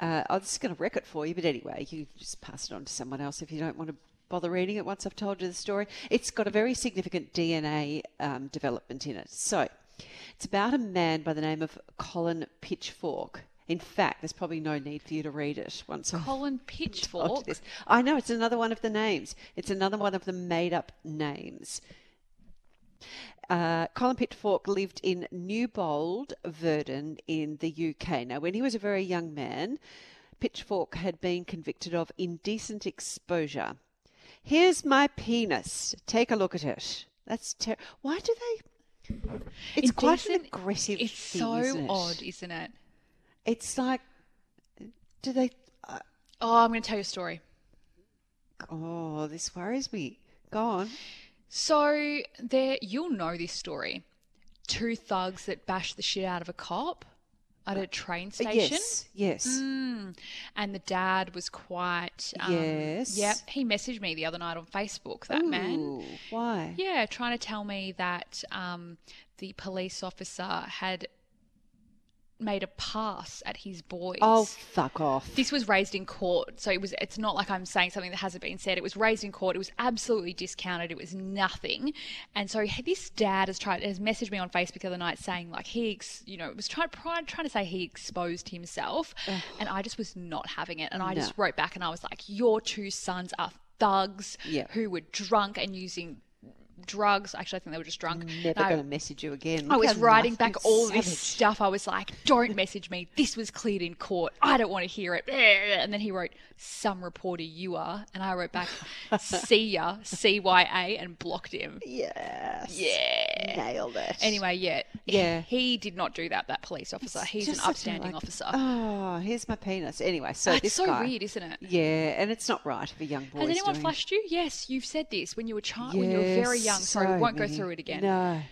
Speaker 3: uh, oh, this is going to wreck it for you, but anyway, you can just pass it on to someone else if you don't want to bother reading it once I've told you the story. It's got a very significant DNA um, development in it. So it's about a man by the name of Colin Pitchfork. In fact, there's probably no need for you to read it once I've
Speaker 2: Colin
Speaker 3: told you
Speaker 2: Pitchfork.
Speaker 3: Oh, this. I know it's another one of the names. It's another one of the made-up names. Uh, Colin Pitchfork lived in Newbold, Verdon, in the UK. Now, when he was a very young man, Pitchfork had been convicted of indecent exposure. Here's my penis. Take a look at it. That's ter- why do they? It's quite an
Speaker 2: Indecent-
Speaker 3: aggressive.
Speaker 2: It's
Speaker 3: thing,
Speaker 2: so
Speaker 3: isn't it?
Speaker 2: odd, isn't it?
Speaker 3: It's like, do they? Uh,
Speaker 2: Oh, I'm going to tell you a story.
Speaker 3: oh, this worries me. Go on. Uh,
Speaker 2: So there, you'll know this story. Two thugs that bashed the shit out of a cop at a train station.
Speaker 3: Uh, Yes, yes.
Speaker 2: Mm. And the dad was quite. Um,
Speaker 3: Yes.
Speaker 2: Yep. He messaged me the other night on Facebook. That man.
Speaker 3: Ooh, Why?
Speaker 2: Yeah, trying to tell me that um, the police officer had made a pass at his boys.
Speaker 3: Oh, fuck off.
Speaker 2: This was raised in court, so it was. It's not like I'm saying something that hasn't been said. It was raised in court. It was absolutely discounted. It was nothing, and so he- this dad has tried has messaged me on Facebook the other night saying like he, ex, you know, was trying trying to say he exposed himself, and I just was not having it. And I just wrote back and I was like, your two sons are thugs
Speaker 3: Yeah.
Speaker 2: who were drunk and using drugs. Actually, I think they were just drunk.
Speaker 3: Never
Speaker 2: And I-
Speaker 3: going to message you again.
Speaker 2: I
Speaker 3: Look
Speaker 2: was
Speaker 3: how
Speaker 2: Oh, writing
Speaker 3: nice
Speaker 2: back
Speaker 3: and
Speaker 2: all this
Speaker 3: savage.
Speaker 2: stuff. I was like, don't message me. This was cleared in court. I don't want to hear it. And then he wrote, some reporter you are. And I wrote back, see ya, C-Y-A, and blocked him.
Speaker 3: Yes.
Speaker 2: Yeah.
Speaker 3: Nailed it.
Speaker 2: Anyway, yeah.
Speaker 3: Yeah.
Speaker 2: He did not do that, that police officer.
Speaker 3: It's
Speaker 2: He's
Speaker 3: just
Speaker 2: an
Speaker 3: such a,
Speaker 2: upstanding
Speaker 3: like,
Speaker 2: officer.
Speaker 3: Oh, here's my penis. Anyway, so
Speaker 2: That's
Speaker 3: this
Speaker 2: so
Speaker 3: guy.
Speaker 2: weird, isn't it?
Speaker 3: Yeah, and it's not right if a young boy.
Speaker 2: Has anyone flashed you? Yes, you've said this when you were child, when you were very young.
Speaker 3: Yes,
Speaker 2: Sorry, we
Speaker 3: so
Speaker 2: won't go
Speaker 3: many.
Speaker 2: through it again.
Speaker 3: No.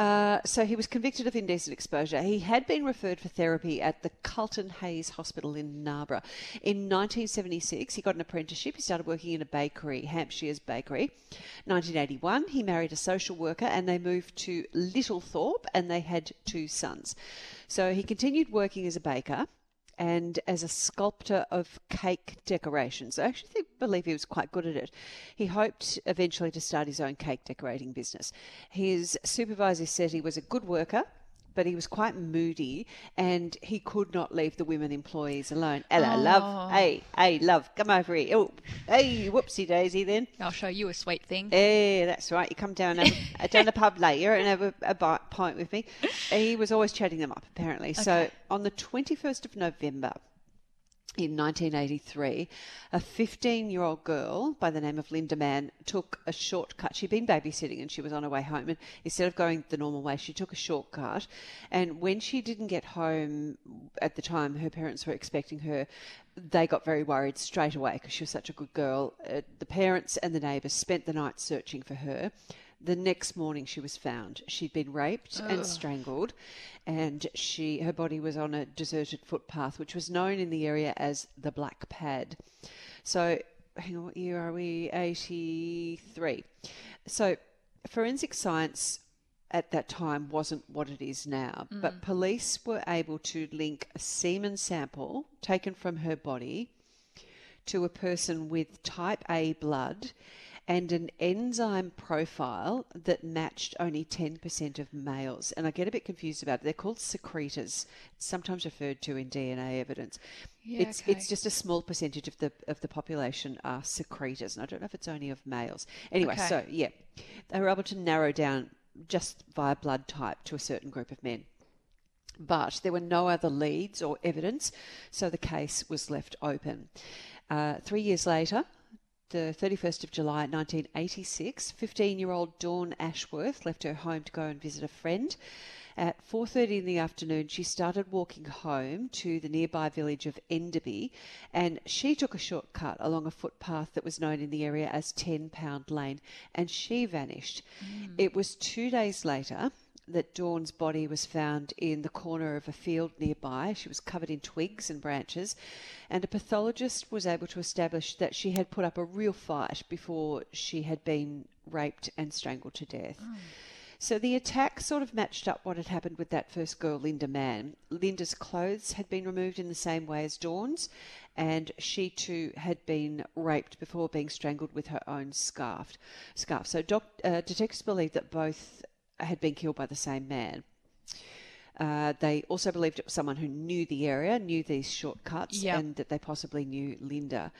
Speaker 3: Uh, so he was convicted of indecent exposure. He had been referred for therapy at the Carlton Hayes Hospital in Narborough. In 1976, he got an apprenticeship. He started working in a bakery, Hampshire's bakery. 1981, he married a social worker and they moved to Littlethorpe and they had two sons. So he continued working as a baker and as a sculptor of cake decorations. I actually think, believe he was quite good at it. He hoped eventually to start his own cake decorating business. His supervisor said he was a good worker. But he was quite moody and he could not leave the women employees alone. Hello, love. Hey, hey, love, come over here. Oh, hey, whoopsie daisy then.
Speaker 2: I'll show you a sweet thing.
Speaker 3: Eh, Yeah, that's right. You come down and have, down the pub later and have a, a bi- pint with me. He was always chatting them up, apparently. So on the 21st of November in 1983, a 15 year old girl by the name of Linda Mann took a shortcut. She'd been babysitting and she was on her way home. And instead of going the normal way, she took a shortcut. And when she didn't get home at the time, her parents were expecting her. They got very worried straight away because she was such a good girl. Uh, the parents and the neighbours spent the night searching for her. The next morning, she was found. She'd been raped and strangled, and she her body was on a deserted footpath, which was known in the area as the Black Pad. So, hang on, what year are we? Eighty three. So, forensic science at that time wasn't what it is now, but police were able to link a semen sample taken from her body to a person with type A blood and an enzyme profile that matched only 10% of males. And I get a bit confused about it. They're called secretors, sometimes referred to in DNA evidence.
Speaker 2: Yeah,
Speaker 3: it's
Speaker 2: okay.
Speaker 3: it's just a small percentage of the of the population are secretors, and I don't know if it's only of males. Anyway,
Speaker 2: Okay.
Speaker 3: so yeah, they were able to narrow down just via blood type to a certain group of men but there were no other leads or evidence, so the case was left open. Uh, three years later, the 31st of July 1986, 15 year old Dawn Ashworth left her home to go and visit a friend. At 4:30 in the afternoon, she started walking home to the nearby village of Enderby, and she took a shortcut along a footpath that was known in the area as Ten Pound Lane, and she vanished. It was two days later that Dawn's body was found in the corner of a field nearby. She was covered in twigs and branches, and a pathologist was able to establish that she had put up a real fight before she had been raped and strangled to death. So the attack sort of matched up what had happened with that first girl, Linda Mann. Linda's clothes had been removed in the same way as Dawn's, and she too had been raped before being strangled with her own scarf. Scarf. So doc, uh, detectives believe that both had been killed by the same man. Uh, they also believed it was someone who knew the area, knew these shortcuts,
Speaker 2: Yep.
Speaker 3: and that they possibly knew Linda.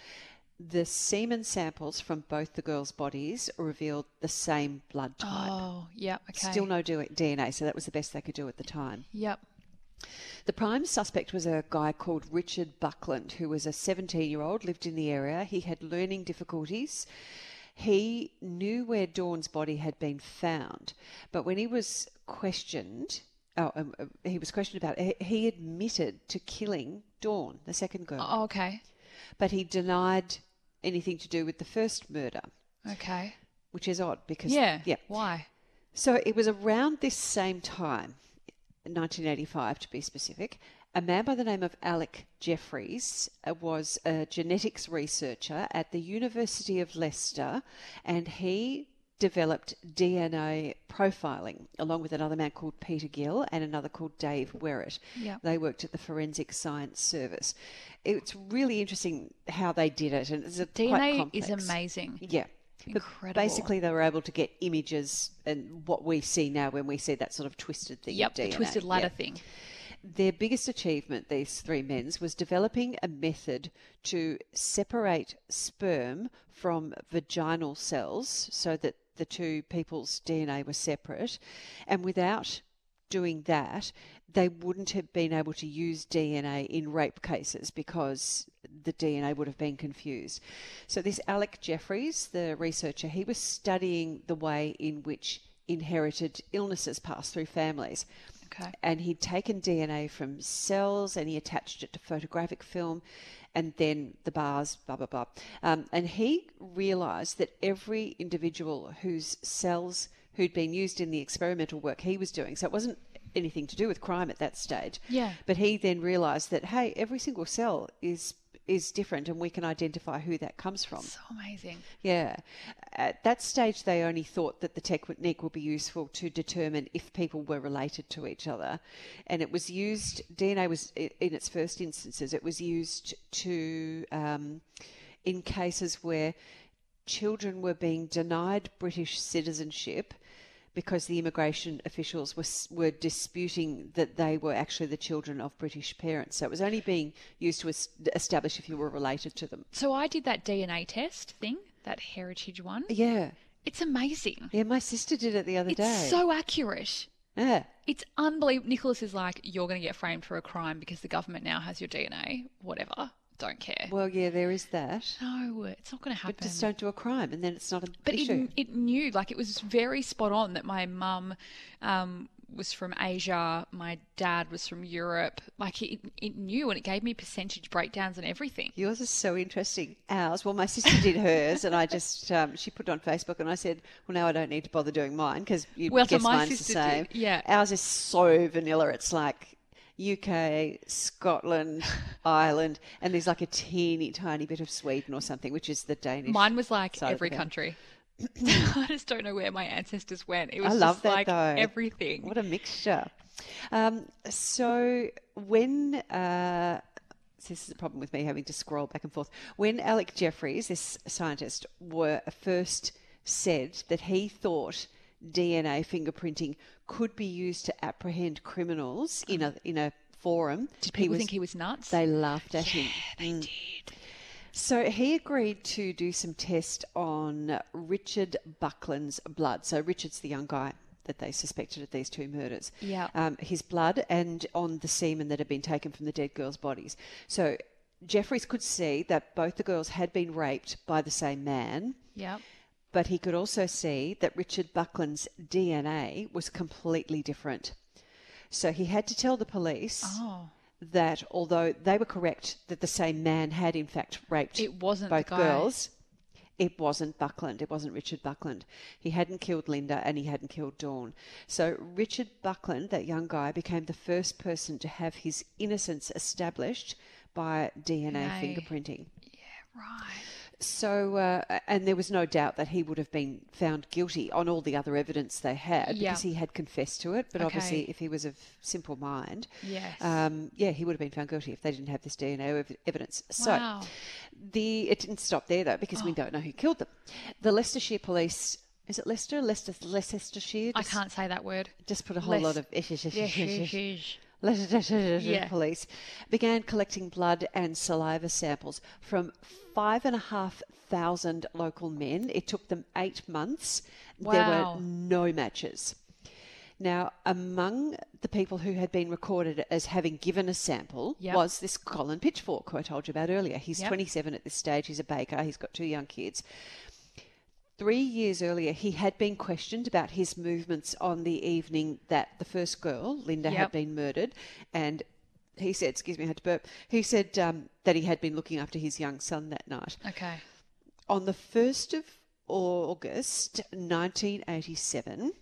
Speaker 3: The semen samples from both the girls' bodies revealed the same blood type.
Speaker 2: Oh, yeah, okay.
Speaker 3: Still no do- DNA, so that was the best they could do at the time.
Speaker 2: Yep.
Speaker 3: The prime suspect was a guy called Richard Buckland, who was a 17 year old, lived in the area. He had learning difficulties. He knew where Dawn's body had been found, but when he was questioned, oh, um, uh, he was questioned about it, he- he admitted to killing Dawn, the second girl,
Speaker 2: Oh, okay.
Speaker 3: but he denied anything to do with the first murder,
Speaker 2: Okay.
Speaker 3: which is odd because.
Speaker 2: Yeah.
Speaker 3: Yeah.
Speaker 2: Why?
Speaker 3: So it was around this same time, 1985 to be specific, a man by the name of Alec Jeffries uh, was a genetics researcher at the University of Leicester and he developed DNA profiling along with another man called Peter Gill and another called Dave Werrett.
Speaker 2: Yeah.
Speaker 3: They worked at the Forensic Science Service. It's really interesting how they did it and it's a quite
Speaker 2: DNA
Speaker 3: complex.
Speaker 2: is amazing.
Speaker 3: Yeah. But
Speaker 2: Incredible.
Speaker 3: Basically, they were able to get images and what we see now when we see that sort of twisted thing.
Speaker 2: Yep,
Speaker 3: DNA.
Speaker 2: the twisted ladder
Speaker 3: Yeah.
Speaker 2: thing.
Speaker 3: Their biggest achievement, these three men's, was developing a method to separate sperm from vaginal cells so that the two people's DNA were separate. And without doing that, they wouldn't have been able to use DNA in rape cases because the DNA would have been confused. So, this Alec Jeffries, the researcher, he was studying the way in which inherited illnesses pass through families.
Speaker 2: Okay.
Speaker 3: And he'd taken DNA from cells and he attached it to photographic film and then the bars, blah, blah, blah. Um, and he realized that every individual whose cells who'd been used in the experimental work he was doing, so it wasn't anything to do with crime at that stage.
Speaker 2: Yeah.
Speaker 3: But he then realized that, hey, every single cell is is different and we can identify who that comes from.
Speaker 2: So amazing.
Speaker 3: Yeah. Uh, At that stage, they only thought that the technique would be useful to determine if people were related to each other. And it was used, DNA was, i- in its first instances, it was used to, um, in cases where children were being denied British citizenship because the immigration officials were, s- were disputing that they were actually the children of British parents. So it was only being used to es- establish if you were related to them.
Speaker 2: So I did that DNA test thing, that heritage one.
Speaker 3: Yeah.
Speaker 2: It's amazing.
Speaker 3: Yeah, my sister did it the other day.
Speaker 2: It's so accurate.
Speaker 3: yeah.
Speaker 2: It's unbelievable. Nicholas is like, you're going to get framed for a crime because the government now has your DNA. Whatever. Don't care.
Speaker 3: Well, yeah, there is that.
Speaker 2: No, it's not going to happen.
Speaker 3: But just don't do a crime, and then it's not a
Speaker 2: But
Speaker 3: issue.
Speaker 2: it, it knew, like, it was very spot on that my mum um, was from Asia, my dad was from Europe. Like, it, it knew and it gave me percentage breakdowns and everything.
Speaker 3: Yours is so interesting. Ours. Well, my sister did hers, and I just um, she put it on Facebook, and I said, "Well, now I don't need to bother doing mine because you
Speaker 2: Well, so
Speaker 3: guess
Speaker 2: my
Speaker 3: mine's the
Speaker 2: sister
Speaker 3: same."
Speaker 2: did, yeah.
Speaker 3: Ours is so vanilla. It's like UK, Scotland, Ireland, and there's like a teeny tiny bit of Sweden or something, which is the Danish.
Speaker 2: Mine was like
Speaker 3: side of
Speaker 2: every
Speaker 3: the-
Speaker 2: country. I just don't know where my ancestors went. It was
Speaker 3: I love
Speaker 2: just
Speaker 3: that,
Speaker 2: like
Speaker 3: though.
Speaker 2: everything.
Speaker 3: What a mixture. Um, so when uh, so this is a problem with me having to scroll back and forth. When Alec Jeffries, this scientist, were first said that he thought DNA fingerprinting could be used to apprehend criminals in a in a forum.
Speaker 2: Did
Speaker 3: he
Speaker 2: people
Speaker 3: was-
Speaker 2: think he was nuts?
Speaker 3: They laughed at him. Mm.
Speaker 2: they did.
Speaker 3: So he agreed to do some tests on Richard Buckland's blood. So Richard's the young guy that they suspected of these two murders.
Speaker 2: Yeah.
Speaker 3: Um, his blood and on the semen that had been taken from the dead girls' bodies. So Jeffries could see that both the girls had been raped by the same man,
Speaker 2: Yep.
Speaker 3: but he could also see that Richard Buckland's DNA was completely different. So he had to tell the police
Speaker 2: Oh,
Speaker 3: that although they were correct that the same man had in fact raped
Speaker 2: It wasn't the
Speaker 3: both
Speaker 2: guy.
Speaker 3: girls, it wasn't Buckland. It wasn't Richard Buckland. He hadn't killed Linda and he hadn't killed Dawn. So Richard Buckland, that young guy, became the first person to have his innocence established by DNA
Speaker 2: DNA.
Speaker 3: fingerprinting.
Speaker 2: right.
Speaker 3: So, uh, and there was no doubt that he would have been found guilty on all the other evidence they had
Speaker 2: Yeah.
Speaker 3: because he had confessed to it. But obviously,
Speaker 2: Okay.
Speaker 3: if he was of simple mind,
Speaker 2: Yes.
Speaker 3: um, yeah, he would have been found guilty if they didn't have this DNA ev- evidence.
Speaker 2: wow. Oh.
Speaker 3: So, the it didn't stop there though because we don't know who killed them. The Leicestershire police. Is it Leicester? Leicester, Leicestershire?
Speaker 2: I
Speaker 3: Just-
Speaker 2: can't say that word.
Speaker 3: Just put a whole lot
Speaker 2: Leic-
Speaker 3: of
Speaker 2: yeah.
Speaker 3: Leicester police began collecting blood and saliva samples from five and a half thousand local men. It took them eight months. There
Speaker 2: Wow.
Speaker 3: were no matches. Now, among the people who had been recorded as having given a sample
Speaker 2: Yep.
Speaker 3: was this Colin Pitchfork, who I told you about earlier. He's
Speaker 2: Yep.
Speaker 3: 27 at this stage. He's a baker. He's got two young kids. Three years earlier, he had been questioned about his movements on the evening that the first girl, Linda,
Speaker 2: Yep.
Speaker 3: had been murdered. And he said, excuse me, I had to burp. He said um, that he had been looking after his young son that night.
Speaker 2: Okay.
Speaker 3: On the 1st of August 1987,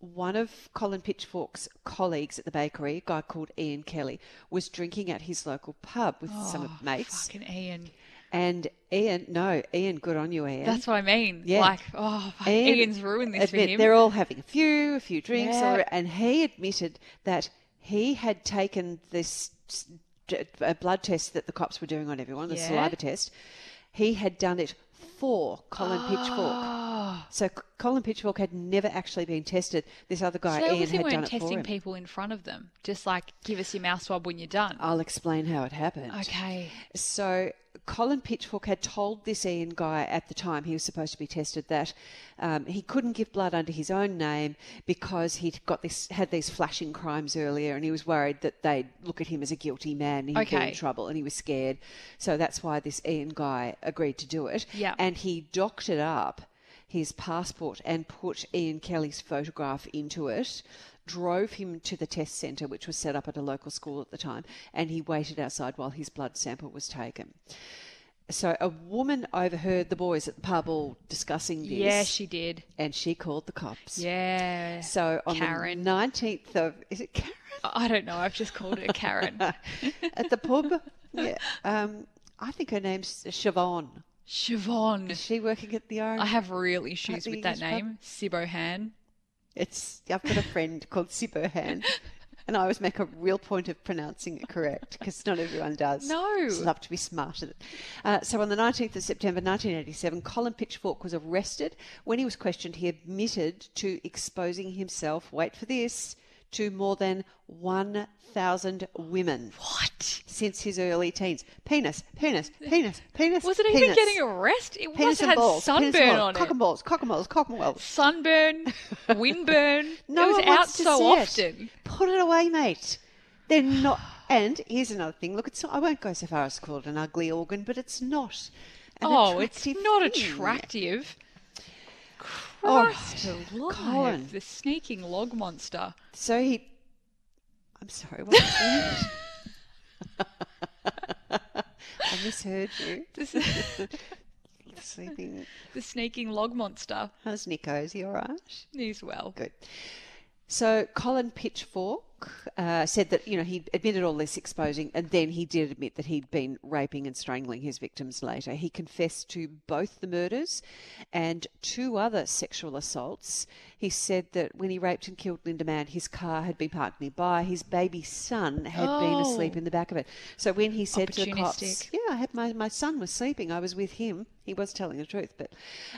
Speaker 3: one of Colin Pitchfork's colleagues at the bakery, a guy called Ian Kelly, was drinking at his local pub with some of
Speaker 2: Oh,
Speaker 3: mates.
Speaker 2: Fucking Ian.
Speaker 3: And Ian, no, Ian, good on you, Ian.
Speaker 2: That's what I mean.
Speaker 3: Yeah.
Speaker 2: Like, oh, fuck,
Speaker 3: Ian
Speaker 2: Ian's ruined this for
Speaker 3: admit-
Speaker 2: him.
Speaker 3: They're all having a few, a few drinks,
Speaker 2: Yeah.
Speaker 3: or- and he admitted that he had taken this s- d- a blood test that the cops were doing on everyone, the
Speaker 2: Yeah.
Speaker 3: saliva test. He had done it for Colin Pitchfork.
Speaker 2: Oh,
Speaker 3: So C- Colin Pitchfork had never actually been tested. This other
Speaker 2: So
Speaker 3: guy,
Speaker 2: they
Speaker 3: Ian,
Speaker 2: obviously
Speaker 3: had done
Speaker 2: weren't
Speaker 3: it for
Speaker 2: testing
Speaker 3: him.
Speaker 2: people in front of them. Just like, give us your mouth swab when you're done.
Speaker 3: I'll explain how it happened.
Speaker 2: Okay.
Speaker 3: So Colin Pitchfork had told this Ian guy at the time he was supposed to be tested that um, he couldn't give blood under his own name because he'd got this had these flashing crimes earlier, and he was worried that they'd look at him as a guilty man and he'd be
Speaker 2: Okay.
Speaker 3: in trouble, and he was scared. So that's why this Ian guy agreed to do it.
Speaker 2: Yeah.
Speaker 3: and he doctored up his passport and put Ian Kelly's photograph into it, drove him to the test centre, which was set up at a local school at the time, and he waited outside while his blood sample was taken. So a woman overheard the boys at the pub all discussing this,
Speaker 2: Yeah, she did.
Speaker 3: and she called the cops.
Speaker 2: Yeah.
Speaker 3: So on
Speaker 2: Karen.
Speaker 3: the 19th of, is it Karen?
Speaker 2: I don't know. I've just called her Karen.
Speaker 3: at the pub? yeah. Um, I think her name's Siobhan. Is
Speaker 2: Siobhan.
Speaker 3: she working at the Orange?
Speaker 2: I have real issues
Speaker 3: the
Speaker 2: with that
Speaker 3: English pub.
Speaker 2: name. Sibohan.
Speaker 3: It's I've got a friend called Sibohan, and I always make a real point of pronouncing it correct because not everyone does.
Speaker 2: No.
Speaker 3: just love to be smart at it. Uh, so on the nineteenth of September, nineteen eighty-seven, Colin Pitchfork was arrested. When he was questioned, he admitted to exposing himself. Wait for this. To more than 1,000 women
Speaker 2: What?
Speaker 3: since his early teens. Penis, penis, penis, penis.
Speaker 2: Was it
Speaker 3: penis.
Speaker 2: even getting arrested? It must
Speaker 3: Penis
Speaker 2: have
Speaker 3: and
Speaker 2: had
Speaker 3: balls, penis and
Speaker 2: sunburn
Speaker 3: balls,
Speaker 2: on
Speaker 3: cock
Speaker 2: it.
Speaker 3: and balls, cock and balls, cock and balls.
Speaker 2: Sunburn, windburn.
Speaker 3: No
Speaker 2: it was
Speaker 3: one
Speaker 2: out
Speaker 3: wants to
Speaker 2: so
Speaker 3: see it.
Speaker 2: often.
Speaker 3: Put it away, mate. They're not. And here's another thing. Look, it's not, I won't go so far as to call it an ugly organ, but it's not. An
Speaker 2: oh, it's
Speaker 3: attractive
Speaker 2: not
Speaker 3: thing.
Speaker 2: attractive.
Speaker 3: All
Speaker 2: Christ
Speaker 3: right,
Speaker 2: alive,
Speaker 3: Colin.
Speaker 2: the sneaking log monster.
Speaker 3: So he. I'm sorry. What was that? I misheard you.
Speaker 2: This is
Speaker 3: Sleeping.
Speaker 2: the sneaking log monster.
Speaker 3: How's Nico? Is he all right?
Speaker 2: He's well.
Speaker 3: Good. So Colin Pitchfork uh, said that you know he admitted all this exposing, and then he did admit that he'd been raping and strangling his victims. Later, he confessed to both the murders and two other sexual assaults. He said that when he raped and killed Linda Mann, his car had been parked nearby. His baby son had been
Speaker 2: Oh.
Speaker 3: asleep in the back of it. So when he said to the cops,
Speaker 2: Opportunistic.
Speaker 3: yeah, I had my, my son was sleeping. I was with him. He was telling the truth, but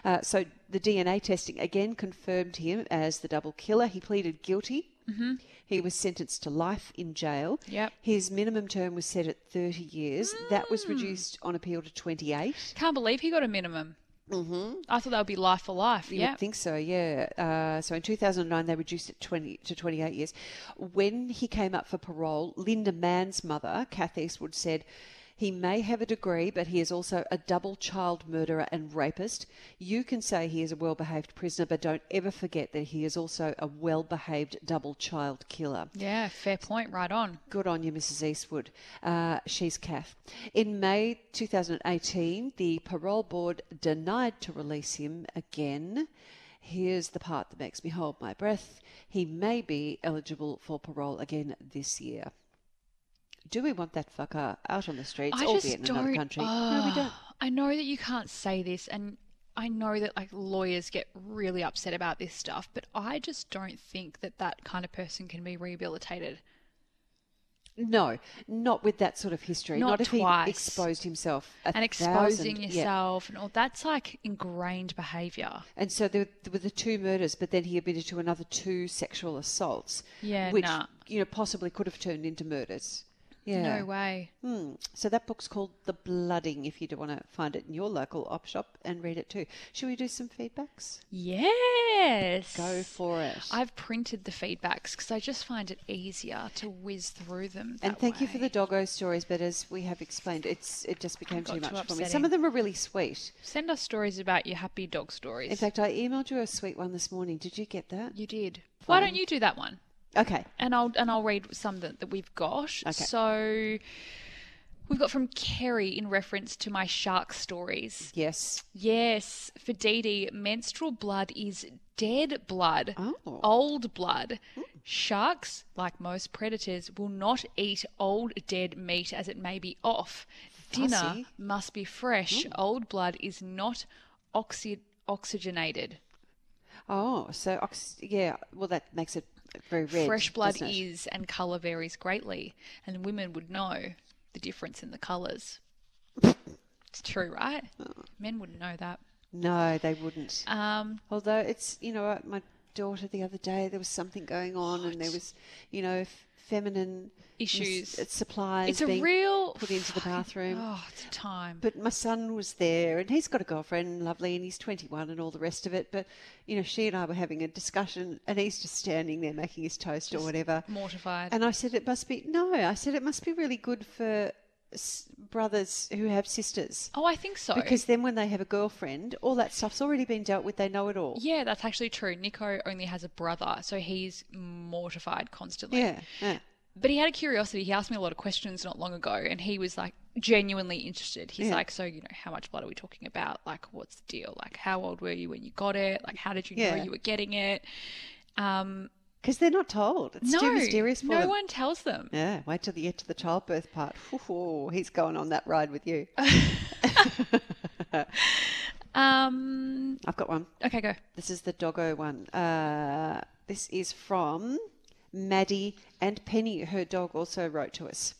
Speaker 3: uh, so the DNA testing again confirmed him as the double killer. He pleaded guilty. Mm-hmm. He was sentenced to life in jail.
Speaker 2: Yep. Mm.
Speaker 3: His minimum term was set at 30 years. That was reduced on appeal to 28.
Speaker 2: Can't believe he got a minimum. Mm-hmm. I thought that would be life for life.
Speaker 3: You
Speaker 2: yeah.
Speaker 3: would think so, yeah. Uh, so in 2009, they reduced it 20 to 28 years. When he came up for parole, Linda Mann's mother, Kath Eastwood, said, he may have a degree, but he is also a double child murderer and rapist. You can say he is a well behaved prisoner, but don't ever forget that he is also a well behaved double child killer.
Speaker 2: yeah, fair point. Right on.
Speaker 3: Good on you, Mrs. Eastwood. Uh, she's Kath. In May 2018, the parole board denied to release him again. Here's the part that makes me hold my breath. He may be eligible for parole again this year. Do we want that fucker out on the streets,
Speaker 2: I just
Speaker 3: albeit in
Speaker 2: don't.
Speaker 3: another country? no,
Speaker 2: Ah,
Speaker 3: we don't.
Speaker 2: I know that you can't say this, and I know that like lawyers get really upset about this stuff, but I just don't think that that kind of person can be rehabilitated.
Speaker 3: No, not with that sort of history.
Speaker 2: Not
Speaker 3: Not, if
Speaker 2: twice.
Speaker 3: he exposed himself. a
Speaker 2: and exposing
Speaker 3: thousand- yeah.
Speaker 2: yourself and all that's like ingrained behavior.
Speaker 3: And so there there were the two murders, but then he admitted to another two sexual assaults.
Speaker 2: Yeah,
Speaker 3: which
Speaker 2: nah.
Speaker 3: you know possibly could have turned into murders. Yeah.
Speaker 2: No way.
Speaker 3: Hmm. So that book's called The Blooding. If you do want to find it in your local op shop and read it too, should we do some feedbacks?
Speaker 2: Yes.
Speaker 3: Go for it.
Speaker 2: I've printed the feedbacks because I just find it easier to whiz through them.
Speaker 3: and
Speaker 2: that
Speaker 3: thank you for
Speaker 2: way.
Speaker 3: the doggo stories, but as we have explained, it's it just became
Speaker 2: got
Speaker 3: too much
Speaker 2: too
Speaker 3: for me. Some
Speaker 2: upsetting.
Speaker 3: of them are really sweet.
Speaker 2: Send us stories about your happy dog stories.
Speaker 3: In fact, I emailed you a sweet one this morning. Did you get that?
Speaker 2: you did. Why don't
Speaker 3: Fine.
Speaker 2: you do that one?
Speaker 3: Okay.
Speaker 2: and I'll and I'll read some that, that we've got.
Speaker 3: Okay.
Speaker 2: So we've got from Kerry in reference to my shark stories.
Speaker 3: Yes.
Speaker 2: Yes, for Dee Dee, menstrual blood is dead blood,
Speaker 3: Oh. Hmm.
Speaker 2: old blood. Sharks, like most predators, will not eat old dead meat as it may be off. Dinner
Speaker 3: Fussy. Hmm.
Speaker 2: must be fresh. Old blood is not oxy- oxygenated.
Speaker 3: Oh, so ox- yeah. Well, that makes it very red.
Speaker 2: Fresh blood
Speaker 3: doesn't it?
Speaker 2: is and colour varies greatly, and women would know the difference in the colours. it's true, right? Men wouldn't know that.
Speaker 3: No, they wouldn't.
Speaker 2: Um,
Speaker 3: Although it's you know what, my daughter the other day there was something going on and there was you know f- feminine
Speaker 2: Issues.
Speaker 3: mis- uh, supplies.
Speaker 2: it's a
Speaker 3: being
Speaker 2: real
Speaker 3: put into the
Speaker 2: fucking-
Speaker 3: bathroom.
Speaker 2: Oh, it's a time.
Speaker 3: Um, But my son was there, and he's got a girlfriend, lovely, and he's 21 and all the rest of it. But, you know, she and I were having a discussion, and he's just standing there making his toast or whatever.
Speaker 2: mortified.
Speaker 3: And I said, it must be, no, I said, it must be really good for s- brothers who have sisters.
Speaker 2: oh, I think so.
Speaker 3: Because then when they have a girlfriend, all that stuff's already been dealt with, they know it all.
Speaker 2: yeah, that's actually true. Nico only has a brother, so he's mortified constantly.
Speaker 3: Yeah. yeah.
Speaker 2: But he had a curiosity. He asked me a lot of questions not long ago, and he was like genuinely interested. He's
Speaker 3: Yeah.
Speaker 2: like, "So you know, how much blood are we talking about? Like, what's the deal? Like, how old were you when you got it? Like, how did you
Speaker 3: Yeah.
Speaker 2: know you were getting it?" Um,
Speaker 3: Because they're not told. It's
Speaker 2: no,
Speaker 3: too mysterious for
Speaker 2: no
Speaker 3: them.
Speaker 2: one tells them.
Speaker 3: Yeah, wait till you get to the childbirth part. Whoa, he's going on that ride with you.
Speaker 2: Uh. Um,
Speaker 3: I've got one.
Speaker 2: okay, go.
Speaker 3: This is the doggo one. Uh, this is from Maddie and Penny. Her dog also wrote to us.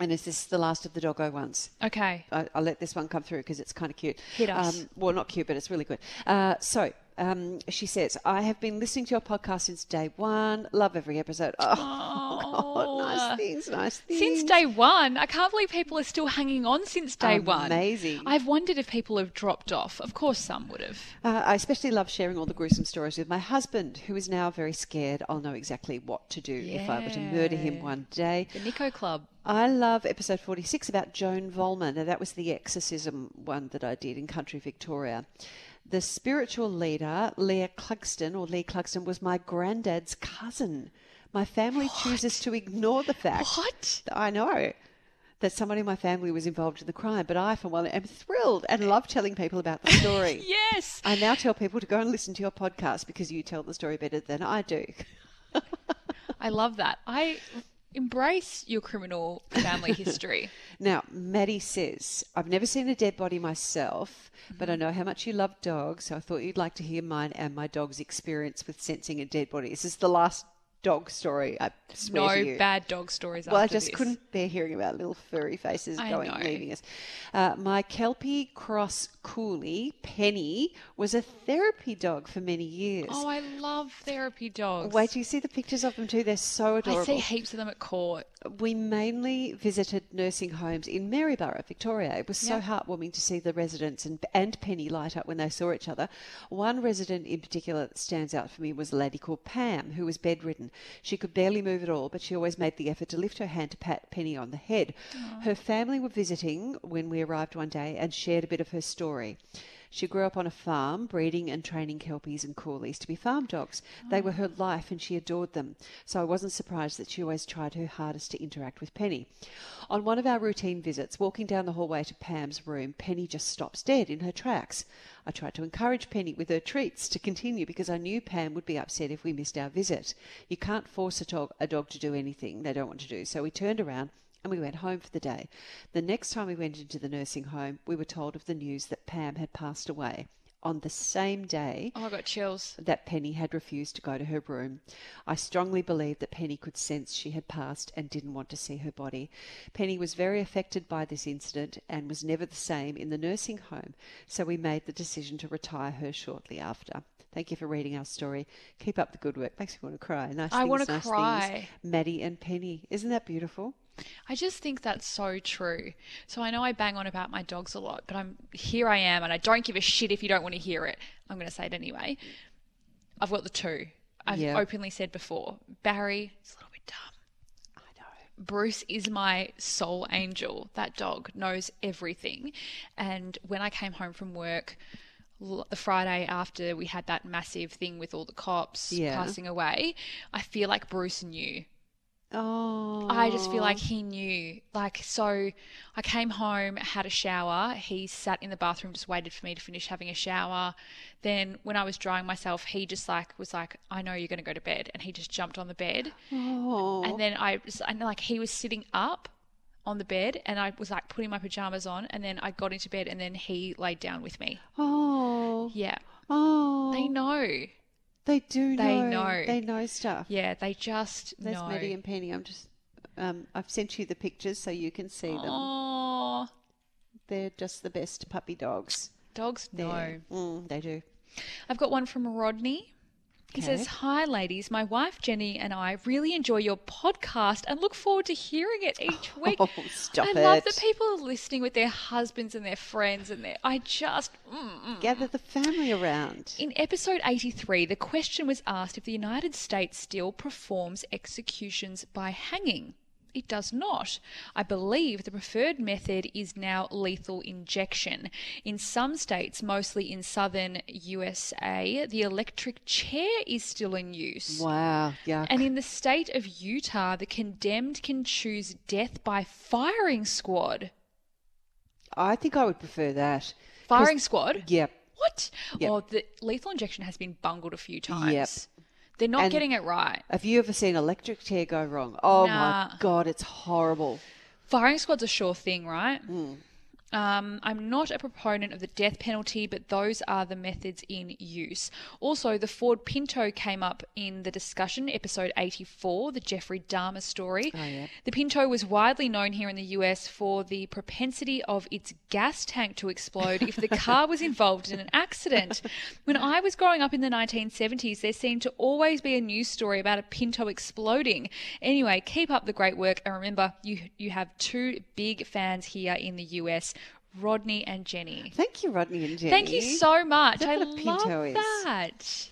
Speaker 3: And is this the last of the doggo ones?
Speaker 2: Okay,
Speaker 3: I, I'll let this one come through because it's kind of cute.
Speaker 2: Hit us.
Speaker 3: Um, well, not cute, but it's really good. Uh, so um, she says, I have been listening to your podcast since day one. Love every episode.
Speaker 2: Oh.
Speaker 3: Oh, God, nice things, nice things.
Speaker 2: since day one, I can't believe people are still hanging on since day one.
Speaker 3: Amazing.
Speaker 2: I've wondered if people have dropped off. Of course, some would have.
Speaker 3: Uh, I especially love sharing all the gruesome stories with my husband, who is now very scared. I'll know exactly what to do if I were to murder him
Speaker 2: Yeah.
Speaker 3: one day.
Speaker 2: The Nico Club.
Speaker 3: I love episode 46 about Joan Volman. Now, that was the exorcism one that I did in country Victoria. The spiritual leader, Leah Clugston, or Lee Clugston, was my granddad's cousin. My family chooses to ignore the fact.
Speaker 2: What?
Speaker 3: I know that someone in my family was involved in the crime, but I, for one, am thrilled and love telling people about the story.
Speaker 2: Yes.
Speaker 3: I now tell people to go and listen to your podcast because you tell the story better than I do.
Speaker 2: I love that. I embrace your criminal family history.
Speaker 3: Now, Maddie says, I've never seen a dead body myself, but I
Speaker 2: Mm-hmm.
Speaker 3: know how much you love dogs, so I thought you'd like to hear mine and my dog's experience with sensing a dead body. This is the last dog story, I swear to
Speaker 2: no
Speaker 3: you.
Speaker 2: bad dog stories.
Speaker 3: Well, I
Speaker 2: after
Speaker 3: just
Speaker 2: this.
Speaker 3: couldn't bear hearing about little furry faces
Speaker 2: I
Speaker 3: going
Speaker 2: know.
Speaker 3: leaving us. Uh, my Kelpie Cross Coolie, Penny, was a therapy dog for many years.
Speaker 2: Oh, I love therapy dogs.
Speaker 3: Wait, do you see the pictures of them too? They're so adorable.
Speaker 2: I see heaps of them at court.
Speaker 3: we mainly visited nursing homes in Maryborough, Victoria. It was so
Speaker 2: Yeah.
Speaker 3: heartwarming to see the residents and, and Penny light up when they saw each other. One resident in particular that stands out for me was a lady called Pam, who was bedridden. She could barely move at all, but she always made the effort to lift her hand to pat Penny on the head. Her family were visiting when we arrived one day and shared a bit of her story. She grew up on a farm, breeding and training Kelpies and Coolies to be farm dogs. They were her life and she adored them, so I wasn't surprised that she always tried her hardest to interact with Penny. On one of our routine visits, walking down the hallway to Pam's room, Penny just stops dead in her tracks. I tried to encourage Penny with her treats to continue because I knew Pam would be upset if we missed our visit. You can't force a dog, a dog to do anything they don't want to do, so we turned around and we went home for the day. The next time we went into the nursing home, we were told of the news that Pam had passed away on the same day
Speaker 2: Oh, I got chills.
Speaker 3: that Penny had refused to go to her room. I strongly believe that Penny could sense she had passed and didn't want to see her body. Penny was very affected by this incident and was never the same in the nursing home, so we made the decision to retire her shortly after. Thank you for reading our story. Keep up the good work. Makes me want to cry. Nice
Speaker 2: I
Speaker 3: things,
Speaker 2: wanna
Speaker 3: nice
Speaker 2: cry.
Speaker 3: things. Maddie and Penny. Isn't that beautiful?
Speaker 2: I just think that's so true. So I know I bang on about my dogs a lot, but I'm here I am and I don't give a shit if you don't want to hear it. I'm going to say it anyway. I've got the two. I've
Speaker 3: Yeah.
Speaker 2: openly said before. Barry is a little bit dumb.
Speaker 3: I know.
Speaker 2: Bruce is my soul angel. That dog knows everything. And when I came home from work l- the Friday after we had that massive thing with all the cops
Speaker 3: Yeah.
Speaker 2: passing away, I feel like Bruce knew.
Speaker 3: Oh,
Speaker 2: I just feel like he knew. Like, so I came home, had a shower. He sat in the bathroom, just waited for me to finish having a shower. Then, when I was drying myself, he just like was like, I know you're going to go to bed. And he just jumped on the bed.
Speaker 3: oh,
Speaker 2: And then I was, and like, he was sitting up on the bed and I was like putting my pajamas on. And then I got into bed and then he laid down with me.
Speaker 3: oh,
Speaker 2: Yeah.
Speaker 3: oh.
Speaker 2: They know.
Speaker 3: They do.
Speaker 2: They
Speaker 3: know.
Speaker 2: know.
Speaker 3: They know stuff.
Speaker 2: Yeah. They just
Speaker 3: There's
Speaker 2: know.
Speaker 3: Maddie and Penny. I'm just. Um, I've sent you the
Speaker 2: Oh.
Speaker 3: pictures so you can see them.
Speaker 2: Aw.
Speaker 3: They're just the best puppy dogs.
Speaker 2: Dogs know.
Speaker 3: They're- Mm, they do.
Speaker 2: I've got one from Rodney. He says,
Speaker 3: Okay.
Speaker 2: Hi, ladies. My wife Jenny and I really enjoy your podcast and look forward to hearing it each week.
Speaker 3: Oh, stop
Speaker 2: I
Speaker 3: it.
Speaker 2: love that people are listening with their husbands and their friends and their. I just. Mm, mm.
Speaker 3: Gather the family around.
Speaker 2: In episode 83, the question was asked if the United States still performs executions by hanging. It does not. I believe the preferred method is now lethal injection. In some states, mostly in southern USA, the electric chair is still in use.
Speaker 3: Wow. Yeah.
Speaker 2: And in the state of Utah, the condemned can choose death by firing squad.
Speaker 3: I think I would prefer that.
Speaker 2: Firing squad?
Speaker 3: Yep.
Speaker 2: What?
Speaker 3: Yep.
Speaker 2: Well, the lethal injection has been bungled a few times.
Speaker 3: Yep.
Speaker 2: They're not
Speaker 3: And-
Speaker 2: getting it right.
Speaker 3: Have you ever seen electric chair go wrong? Oh my
Speaker 2: Nah.
Speaker 3: god, it's horrible.
Speaker 2: Firing squad's a sure thing, right? Um, I'm not a proponent of the death penalty, but those are the methods in use. Also, the Ford Pinto came up in the discussion, episode 84, the Jeffrey Dahmer story.
Speaker 3: yeah.
Speaker 2: The Pinto was widely known here in the US for the propensity of its gas tank to explode if the car was involved in an accident. When I was growing up in the 1970s, there seemed to always be a news story about a Pinto exploding. Anyway, keep up the great work and remember you you have two big fans here in the US, Rodney and Jenny.
Speaker 3: Thank you, Rodney and Jenny.
Speaker 2: Thank you so much.
Speaker 3: That's
Speaker 2: I
Speaker 3: what a Pinto
Speaker 2: love
Speaker 3: is.
Speaker 2: that.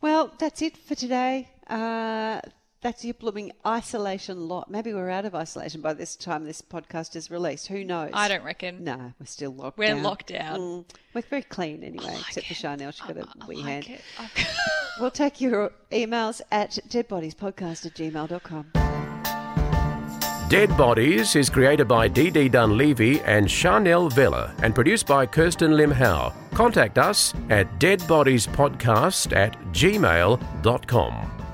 Speaker 3: Well, that's it for today. Uh, that's your blooming isolation lot. Maybe we're out of isolation by this time this podcast is released. Who knows?
Speaker 2: I don't reckon.
Speaker 3: No, we're still locked
Speaker 2: We're
Speaker 3: down.
Speaker 2: locked down.
Speaker 3: Mm, we're very clean anyway,
Speaker 2: like
Speaker 3: except for
Speaker 2: it.
Speaker 3: Chanel. She's got a
Speaker 2: I
Speaker 3: wee
Speaker 2: like
Speaker 3: hand.
Speaker 2: it. I-
Speaker 3: We'll take your emails at deadbodiespodcast at gmail.com.
Speaker 1: Dead Bodies is created by DD Dunleavy and Chanel Vella and produced by Kirsten Lim Howe. Contact us at deadbodiespodcast at gmail.com.